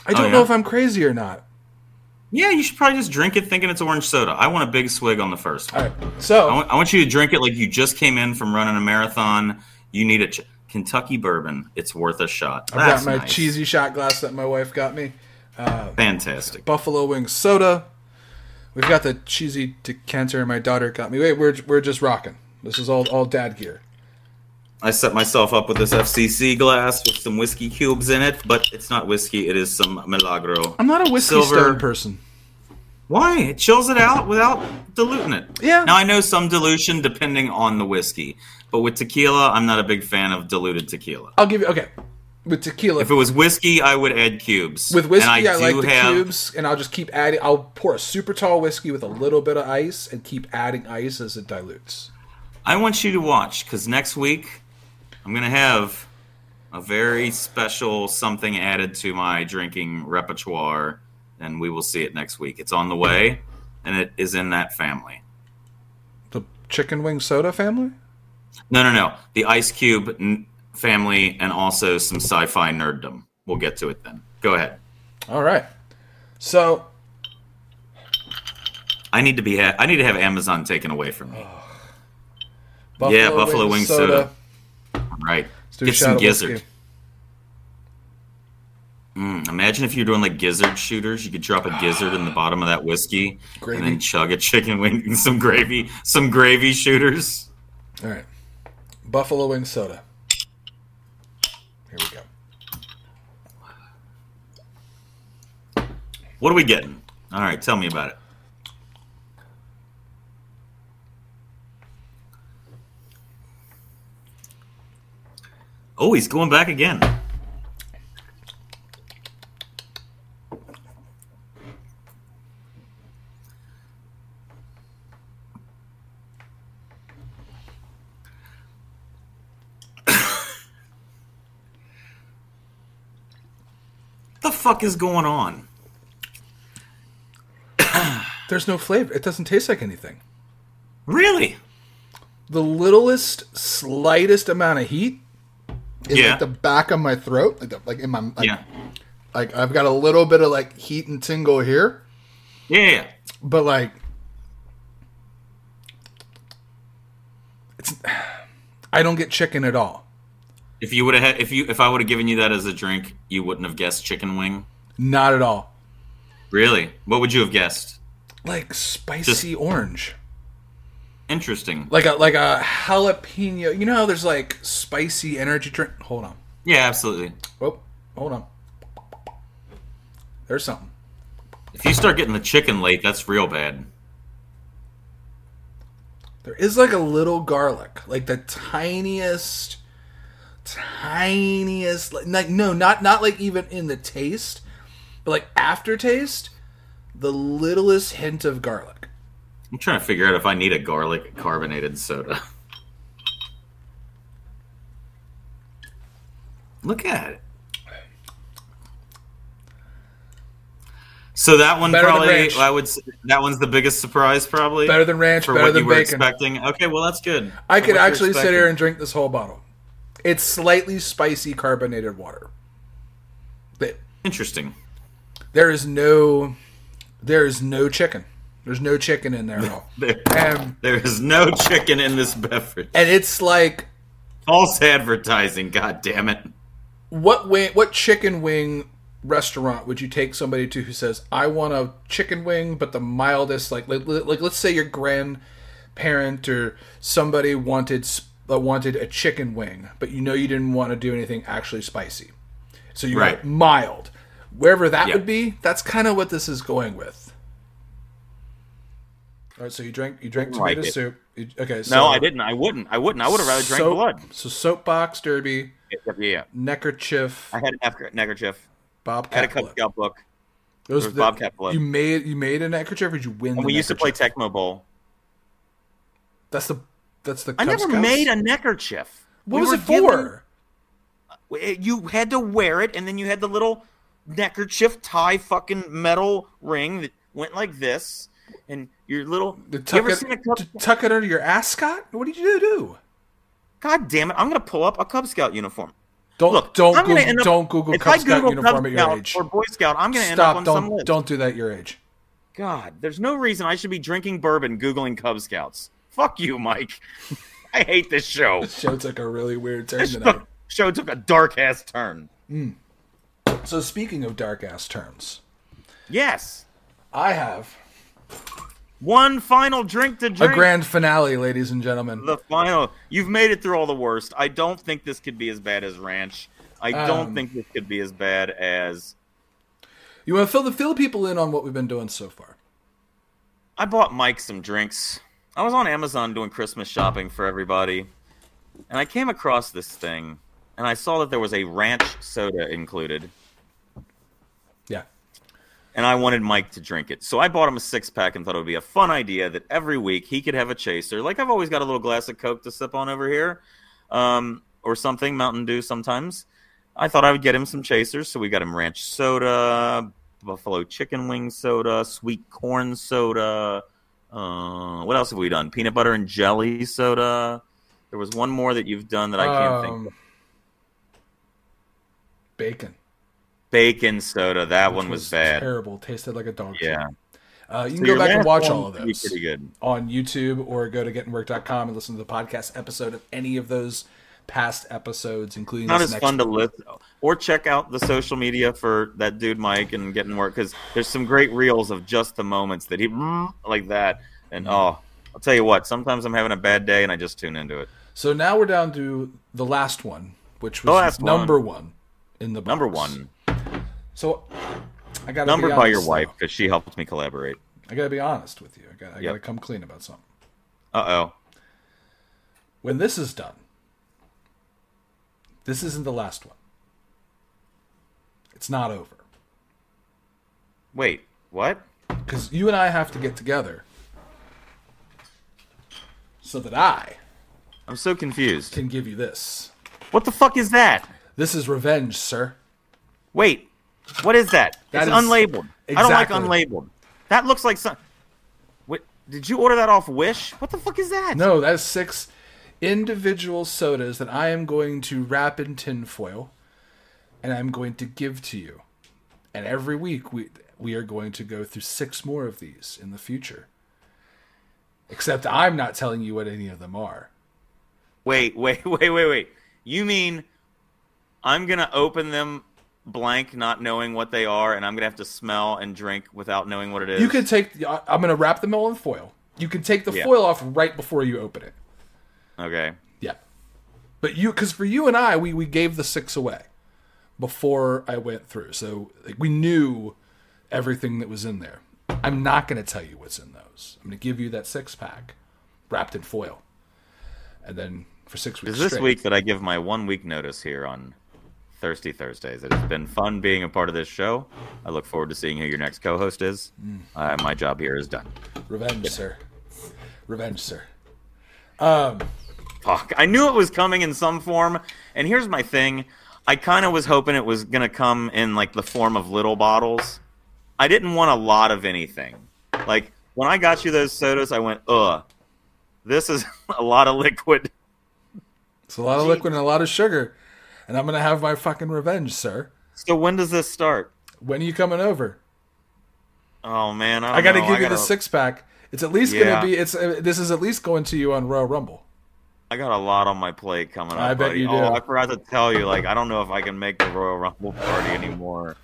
S2: I don't
S3: yeah.
S2: know if I'm crazy or not.
S3: Yeah, you should probably just drink it thinking it's orange soda. I want a big swig on the first one.
S2: All right, so
S3: I, want, I want you to drink it like you just came in from running a marathon. You need a ch- Kentucky bourbon. It's worth a shot.
S2: I've
S3: That's
S2: got my
S3: nice.
S2: cheesy shot glass that my wife got me.
S3: Fantastic.
S2: Buffalo wing soda. We've got the cheesy decanter my daughter got me. Wait, we're we're just rocking. This is all all dad gear.
S3: I set myself up with this FCC glass with some whiskey cubes in it, but it's not whiskey. It is some Milagro.
S2: I'm not a whiskey
S3: Silver.
S2: stone person.
S3: Why? It chills it out without diluting it.
S2: Yeah.
S3: Now I know some dilution depending on the whiskey, but with tequila, I'm not a big fan of diluted tequila.
S2: I'll give you okay. With tequila,
S3: If it was whiskey, I would add cubes.
S2: With
S3: And
S2: whiskey, I, like
S3: do
S2: the cubes, and I'll just keep adding. I'll pour a super tall whiskey with a little bit of ice, and keep adding ice as it dilutes.
S3: I want you to watch because next week I'm gonna have a very special something added to my drinking repertoire, and we will see it next week. It's on the way, and it is in that family.
S2: The chicken wing soda family.
S3: No, no, no. The Ice Cube n- family, and also some sci-fi nerddom. We'll get to it then.
S4: Go ahead.
S2: All right. So
S4: I need to be. Ha- I need to have Amazon taken away from
S2: Oh.
S4: me.
S2: Buffalo
S4: Yeah, Buffalo Wing soda. Right.
S2: do a
S4: Get
S2: shot
S4: some
S2: of whiskey.
S4: gizzard. Mm, imagine if you're doing like gizzard shooters. You could drop a gizzard in the bottom of that whiskey,
S2: Gravy.
S4: and then chug a chicken wing (laughs) and some gravy. Some gravy shooters.
S2: All right. Buffalo wing soda. Here we go.
S4: What are we getting? All right, tell me about it. Oh, he's going back again. (coughs) the fuck is going on?
S2: There's no flavor. It doesn't taste like anything.
S4: Really?
S2: The littlest, slightest amount of heat is
S4: Yeah.
S2: like the back of my throat, like the, like in my like,
S4: yeah.
S2: like I've got a little bit of like heat and tingle here,
S4: Yeah. yeah.
S2: but like it's (sighs) I don't get chicken at all.
S4: If you would have, if you, if I would have given you that as a drink, you wouldn't have guessed chicken wing.
S2: Not at all.
S4: Really? What would you have guessed?
S2: Like spicy orange.
S4: Interesting.
S2: Like a like a jalapeno. You know how there's like spicy energy drink. Hold on.
S4: Yeah, absolutely.
S2: Oh, hold on. There's something.
S4: If you start getting the chicken late, that's real bad.
S2: There is like a little garlic, like the tiniest, tiniest, like like, no, not not like even in the taste, but like aftertaste, the littlest hint of garlic.
S4: I'm trying to figure out if I need a garlic carbonated soda. Look at it. So that one
S2: Better than
S4: probably
S2: ranch.
S4: I would say, that one's the biggest surprise probably.
S2: Better than ranch,
S4: for
S2: better
S4: what
S2: than
S4: you were
S2: bacon.
S4: expecting. Okay, well that's good.
S2: I
S4: For
S2: could
S4: what you're
S2: actually sit here
S4: expecting.
S2: and drink this whole bottle. It's slightly spicy carbonated water. But
S4: interesting. (laughs)
S2: there is no there is no chicken. There's no chicken in there at all.
S4: There,
S2: And
S4: there is no chicken in this beverage.
S2: and it's like
S4: False advertising. God damn it.
S2: what wing, what chicken wing restaurant would you take somebody to who says i want a chicken wing but the mildest like like, like let's say your grandparent or somebody wanted s- uh, wanted a chicken wing but you know you didn't want to do anything actually spicy so you
S4: Right.
S2: went mild wherever that
S4: Yeah.
S2: would be that's kind of what this is going with all right so you drank you drank
S3: like
S2: tomato
S3: it.
S2: soup You- okay so
S3: No, I didn't. I wouldn't. I wouldn't. I would have rather drank
S2: soap-
S3: blood.
S2: so soapbox derby
S3: Yeah, yeah.
S2: neckerchief
S3: I had a necker- neckerchief.
S2: bob
S3: I had a Cub Scout book.
S2: Those
S3: There was
S2: the-
S3: Bobcat Blood.
S2: You made you made a neckerchief, or did you win?
S3: And
S2: the
S3: we used to play
S2: neckerchief?
S3: Tecmo Bowl.
S2: That's the that's the.
S3: I
S2: Cub
S3: never
S2: Scouts.
S3: made a neckerchief.
S2: What
S3: We
S2: was
S3: were
S2: it for?
S3: given- you had to wear it, and then you had the little neckerchief tie fucking metal ring that went like this, and your little.
S2: To
S3: you
S2: tuck,
S3: ever
S2: it,
S3: seen a Cub
S2: to tuck it under your ascot? What did you do?
S3: God damn it! I'm gonna pull up a Cub Scout uniform.
S2: Don't
S3: Look,
S2: Oh, don't
S3: I'm gonna
S2: Google,
S3: end up,
S2: don't Google
S3: if
S2: Cub
S3: I
S2: Scout
S3: Google
S2: uniform
S3: Cub
S2: at
S3: Scout
S2: your age.
S3: or Boy Scout, I'm gonna end up
S2: Stop!
S3: on
S2: Don't
S3: some list.
S2: don't do that at your age.
S3: God, there's no reason I should be drinking bourbon googling Cub Scouts. Fuck you, Mike. (laughs) I hate this show.
S2: Show took a really weird turn
S3: This (laughs)
S2: tonight.
S3: show took a dark ass turn.
S2: so speaking of dark ass terms,
S3: Yes.
S2: I have
S3: One final drink to
S2: a
S3: drink.
S2: grand finale, ladies and gentlemen.
S3: the final. You've made it through all the worst. I don't think this could be as bad as Ranch. I
S2: Um,
S3: don't think this could be as bad as
S2: You want to fill the fill people in on what we've been doing so far?
S3: I bought Mike some drinks. I was on Amazon doing Christmas shopping for everybody, and I came across this thing, and I saw that there was a ranch soda included,
S2: Yeah.
S3: and I wanted Mike to drink it. So I bought him a six pack and thought it would be a fun idea that every week he could have a chaser. Like I've always got a little glass of Coke to sip on over here, um, or something, Mountain Dew sometimes. I thought I would get him some chasers, so we got him ranch soda, buffalo chicken wing soda, sweet corn soda. Uh, what else have we done? Peanut butter and jelly soda. There was one more that you've done that I can't think.
S2: Um, Bacon.
S3: bacon soda. That one
S2: which
S3: was, bad.
S2: Terrible. Tasted like a dog. shit.
S4: Yeah.
S2: Uh, you
S3: So
S2: can go
S3: your
S2: back and
S3: last
S2: watch
S3: one
S2: all of
S3: would be
S2: those
S3: Pretty good.
S2: on YouTube or go to gettingwork.com and listen to the podcast episode of any of those past episodes, including
S3: Not
S2: this
S3: as
S2: next
S3: fun to listen. Or check out the social media for that dude Mike and getting work because there's some great reels of just the moments that he mm, like that. And
S2: Mm-hmm.
S3: oh, I'll tell you what. Sometimes I'm having a bad day and I just tune into it.
S2: So now we're down to the last one, which was
S3: last one.
S2: number one. in the box.
S3: Number one,
S2: So I got
S3: numbered by your wife
S2: wife.
S3: because she helped me collaborate.
S2: I gotta be honest with you. I gotta, I gotta
S3: Yep.
S2: come clean about something.
S3: Uh oh.
S2: When this is done, this isn't the last one. It's not over
S3: Wait. What?
S2: because you and I have to get together so that I
S3: I'm so confused.
S2: can give you this.
S3: What the fuck is that?
S2: This is revenge, sir.
S3: Wait, what is that?
S2: That
S3: it's
S2: is-
S3: unlabeled. I don't like
S2: Exactly.
S3: unlabeled. That looks like some. Wait, did you order that off Wish? What the fuck is that?
S2: No, that is six individual sodas that I am going to wrap in tinfoil and I'm going to give to you. And every week we we are going to go through six more of these in the future. Except I'm not telling you what any of them are.
S3: Wait, (laughs) wait, wait, wait, wait. You mean I'm gonna open them blank, not knowing what they are, and I'm gonna have to smell and drink without knowing what it is?
S2: You could take the- I- I'm going to wrap them all in foil. You can take the
S3: Yeah.
S2: foil off right before you open it.
S3: Okay.
S2: Yeah. But you, because for you and I, we, we gave the six away before I went through. So like, we knew everything that was in there. I'm not going to tell you what's in those. I'm going to give you that six pack wrapped in foil. And then for six weeks
S3: It's this
S2: straight.
S3: week that I give my one week notice here on Thirsty Thursdays. It has been fun being a part of this show. I look forward to seeing who your next co host is.
S2: Mm.
S3: Uh, my job here is done.
S2: Revenge, sir. Revenge, sir.
S3: Fuck. I knew it was coming in some form. And here's my thing I kind of was hoping it was going to come in like the form of little bottles. I didn't want a lot of anything. Like when I got you those sodas, I went, ugh, this is (laughs) a lot of liquid.
S2: It's a lot of liquid and a lot of sugar. And I'm going to have my fucking revenge, sir.
S3: So when does this start?
S2: When are you coming over?
S3: Oh, man. I, don't
S2: I got to
S3: know.
S2: give you
S3: gotta-
S2: the six pack. It's at least
S3: Yeah.
S2: going to be, it's, uh, this is at least going to you on Royal Rumble.
S3: I got a lot on my plate coming up.
S2: I bet
S3: buddy.
S2: you
S3: Oh,
S2: do.
S3: I forgot to tell you. Like, I don't know if I can make the Royal Rumble party anymore.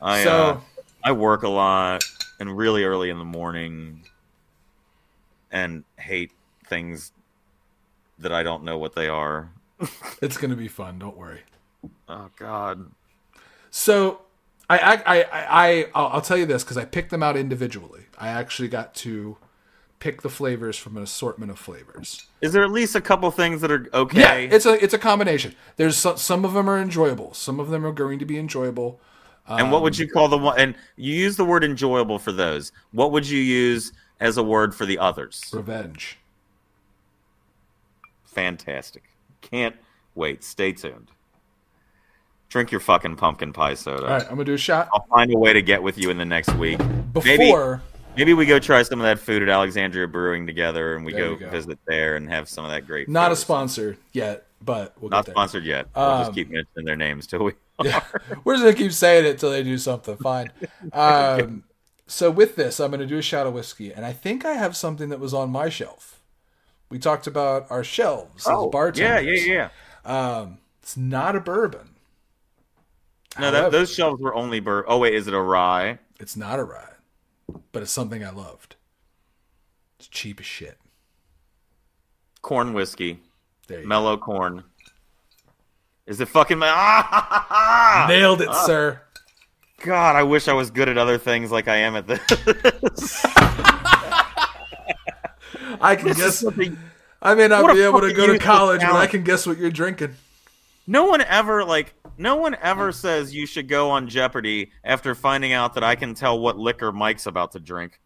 S3: I
S2: So-
S3: uh, I work a lot and really early in the morning, and hate things that I don't know what they are.
S2: It's going to be fun. Don't worry.
S3: Oh God.
S2: So I I I, I, I I'll, I'll tell you this because I picked them out individually. I actually got to pick the flavors from an assortment of flavors.
S3: Is there at least a couple things that are okay?
S2: Yeah, it's a it's a combination. There's some, some of them are enjoyable. Some of them are going to be enjoyable.
S3: and what
S2: Um,
S3: would you call the one? And you use the word enjoyable for those. What would you use as a word for the others?
S2: Revenge.
S3: Fantastic. Can't wait. Stay tuned. Drink your fucking pumpkin pie soda.
S2: All right, I'm gonna do a shot
S3: I'll find a way to get with you in the next week. Maybe,
S2: before.
S3: maybe we go try some of that food at Alexandria Brewing together and we
S2: There
S3: go,
S2: you go.
S3: visit there and have some of that great
S2: Not
S3: food.
S2: a sponsor Um, yet, but we'll
S3: Not
S2: get there.
S3: sponsored yet. We'll just keep mentioning their names till we.
S2: We're just gonna keep saying it till they do something.
S3: (laughs)
S2: Fine. Um, so with this, I'm gonna do a shot of whiskey, and I think I have something that was on my shelf. We talked about our shelves as
S3: Oh, yeah,
S2: bartenders.
S3: yeah, yeah.
S2: It's not a bourbon.
S3: No, that,
S2: However-
S3: those shelves were only bur. Oh wait, is it a rye?
S2: It's not a rye, but it's something I loved. It's cheap as shit.
S3: Corn whiskey,
S2: There you
S3: mellow corn. Is it fucking? (laughs) Ah!
S2: go. Nailed it, sir.
S3: God, I wish I was good at other things like I am at this. (laughs)
S2: I can guess. I may
S3: What
S2: not
S3: a
S2: be able to
S3: fucking
S2: go to
S3: useless
S2: college, but I
S3: talent.
S2: can guess what you're drinking.
S3: no one ever like no one ever says you should go on Jeopardy after finding out that I can tell what liquor Mike's about to drink.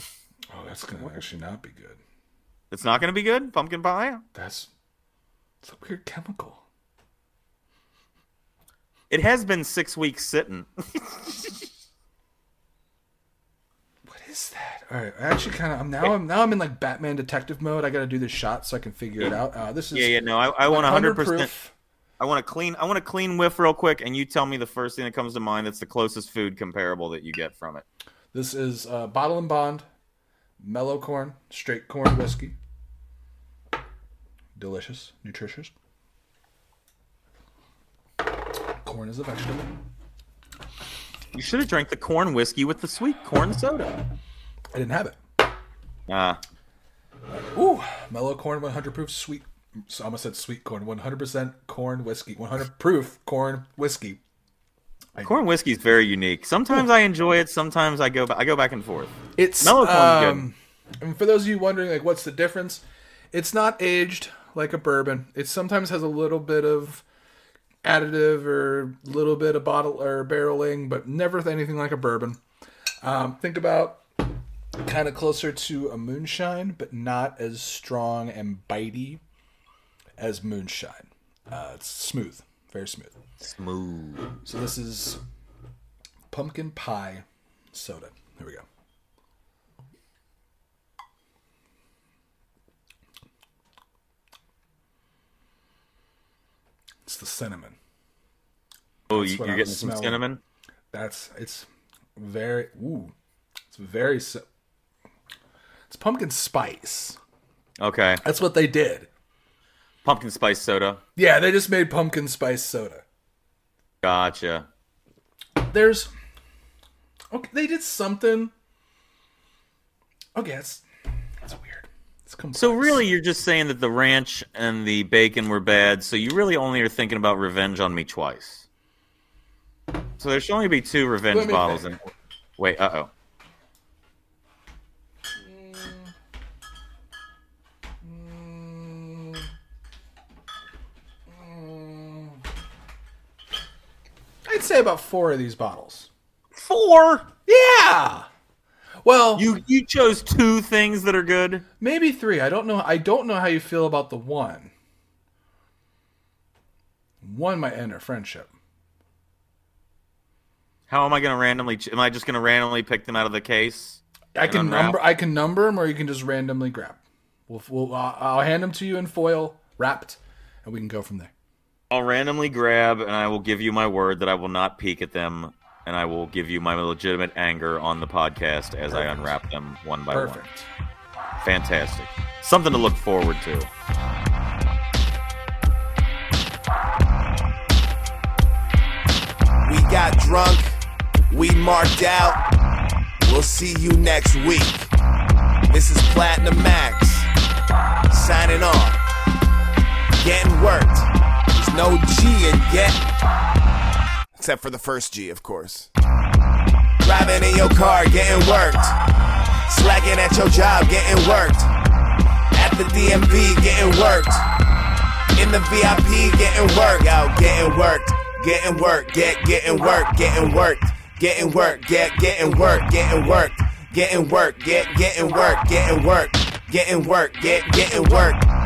S2: Oh, that's gonna actually not be good.
S3: It's not going to be good. Pumpkin pie.
S2: That's it's a weird chemical.
S3: It has been six weeks sitting.
S2: What is that? All right, I actually kind of. I'm now. I'm now. I'm in like Batman detective mode. I got to do this shot so I can figure it out. Uh, this is
S3: yeah, yeah. No, I, I want 100 percent.
S2: proof.
S3: I want to clean. I want to clean whiff real quick, and you tell me the first thing that comes to mind. That's the closest food comparable that you get from it.
S2: This is uh, Bottle and Bond, mellow corn, straight corn whiskey. Delicious, nutritious. Corn is a vegetable.
S3: You should have drank the corn whiskey with the sweet corn soda.
S2: I didn't have it.
S3: Uh,
S2: Ooh, mellow corn, 100 proof sweet. So I almost said sweet corn. 100% corn whiskey. 100 proof corn whiskey.
S3: corn whiskey is very unique. Sometimes I enjoy it. Sometimes I go. ba- I go back and forth.
S2: It's
S3: Mellow corn's good.
S2: um, and for those of you wondering, like, what's the difference? It's not aged like a bourbon. It sometimes has a little bit of additive or little bit of bottle or barreling, but never anything like a bourbon. Um, think about kind of closer to a moonshine, but not as strong and bitey as moonshine. Uh, it's smooth, very smooth.
S3: Smooth.
S2: So this is pumpkin pie soda. Here we go. It's the cinnamon.
S3: Oh, you,
S2: what
S3: you're
S2: I'm
S3: getting some
S2: smelling.
S3: cinnamon.
S2: That's it's very ooh. It's very si- It's pumpkin spice.
S3: Okay,
S2: That's what they did.
S3: pumpkin spice soda.
S2: Yeah, they just made pumpkin spice soda.
S3: Gotcha.
S2: there's okay they did something okay that's that's weird it's complex.
S3: So really, you're just saying that the ranch and the bacon were bad. So you really only are thinking about revenge on me twice. So there should only be two
S2: Let
S3: revenge
S2: me
S3: bottles.
S2: think.
S3: And wait, uh oh.
S2: i'd say about four of these bottles
S3: Four.
S2: yeah well
S3: You you chose two things that are good.
S2: maybe three i don't know i don't know how you feel about the one one might end our friendship
S3: How am I going to randomly? ch- Am I just going to randomly pick them out of the case?
S2: i can
S3: unwrap.
S2: number i can number them or you can just randomly grab we'll, we'll I'll- i'll hand them to you in foil wrapped and we can go from there
S3: I'll randomly grab, and I will give you my word that I will not peek at them, and I will give you my legitimate anger on the podcast as I unwrap them one by one.
S2: perfect
S3: Fantastic. Something to look forward to.
S1: We got drunk, we marked out. We'll see you next week. This is Platinum Max, signing off. Getting worked. There's no G in get. Except for the first G, of course. Driving in your car, getting worked. Slacking at your job, getting worked. At the DMV, getting worked. In the VIP, getting work out, getting worked, getting work, get getting work, getting work, getting work, get getting work, getting work, getting work, get getting work, getting work, getting work, get getting work.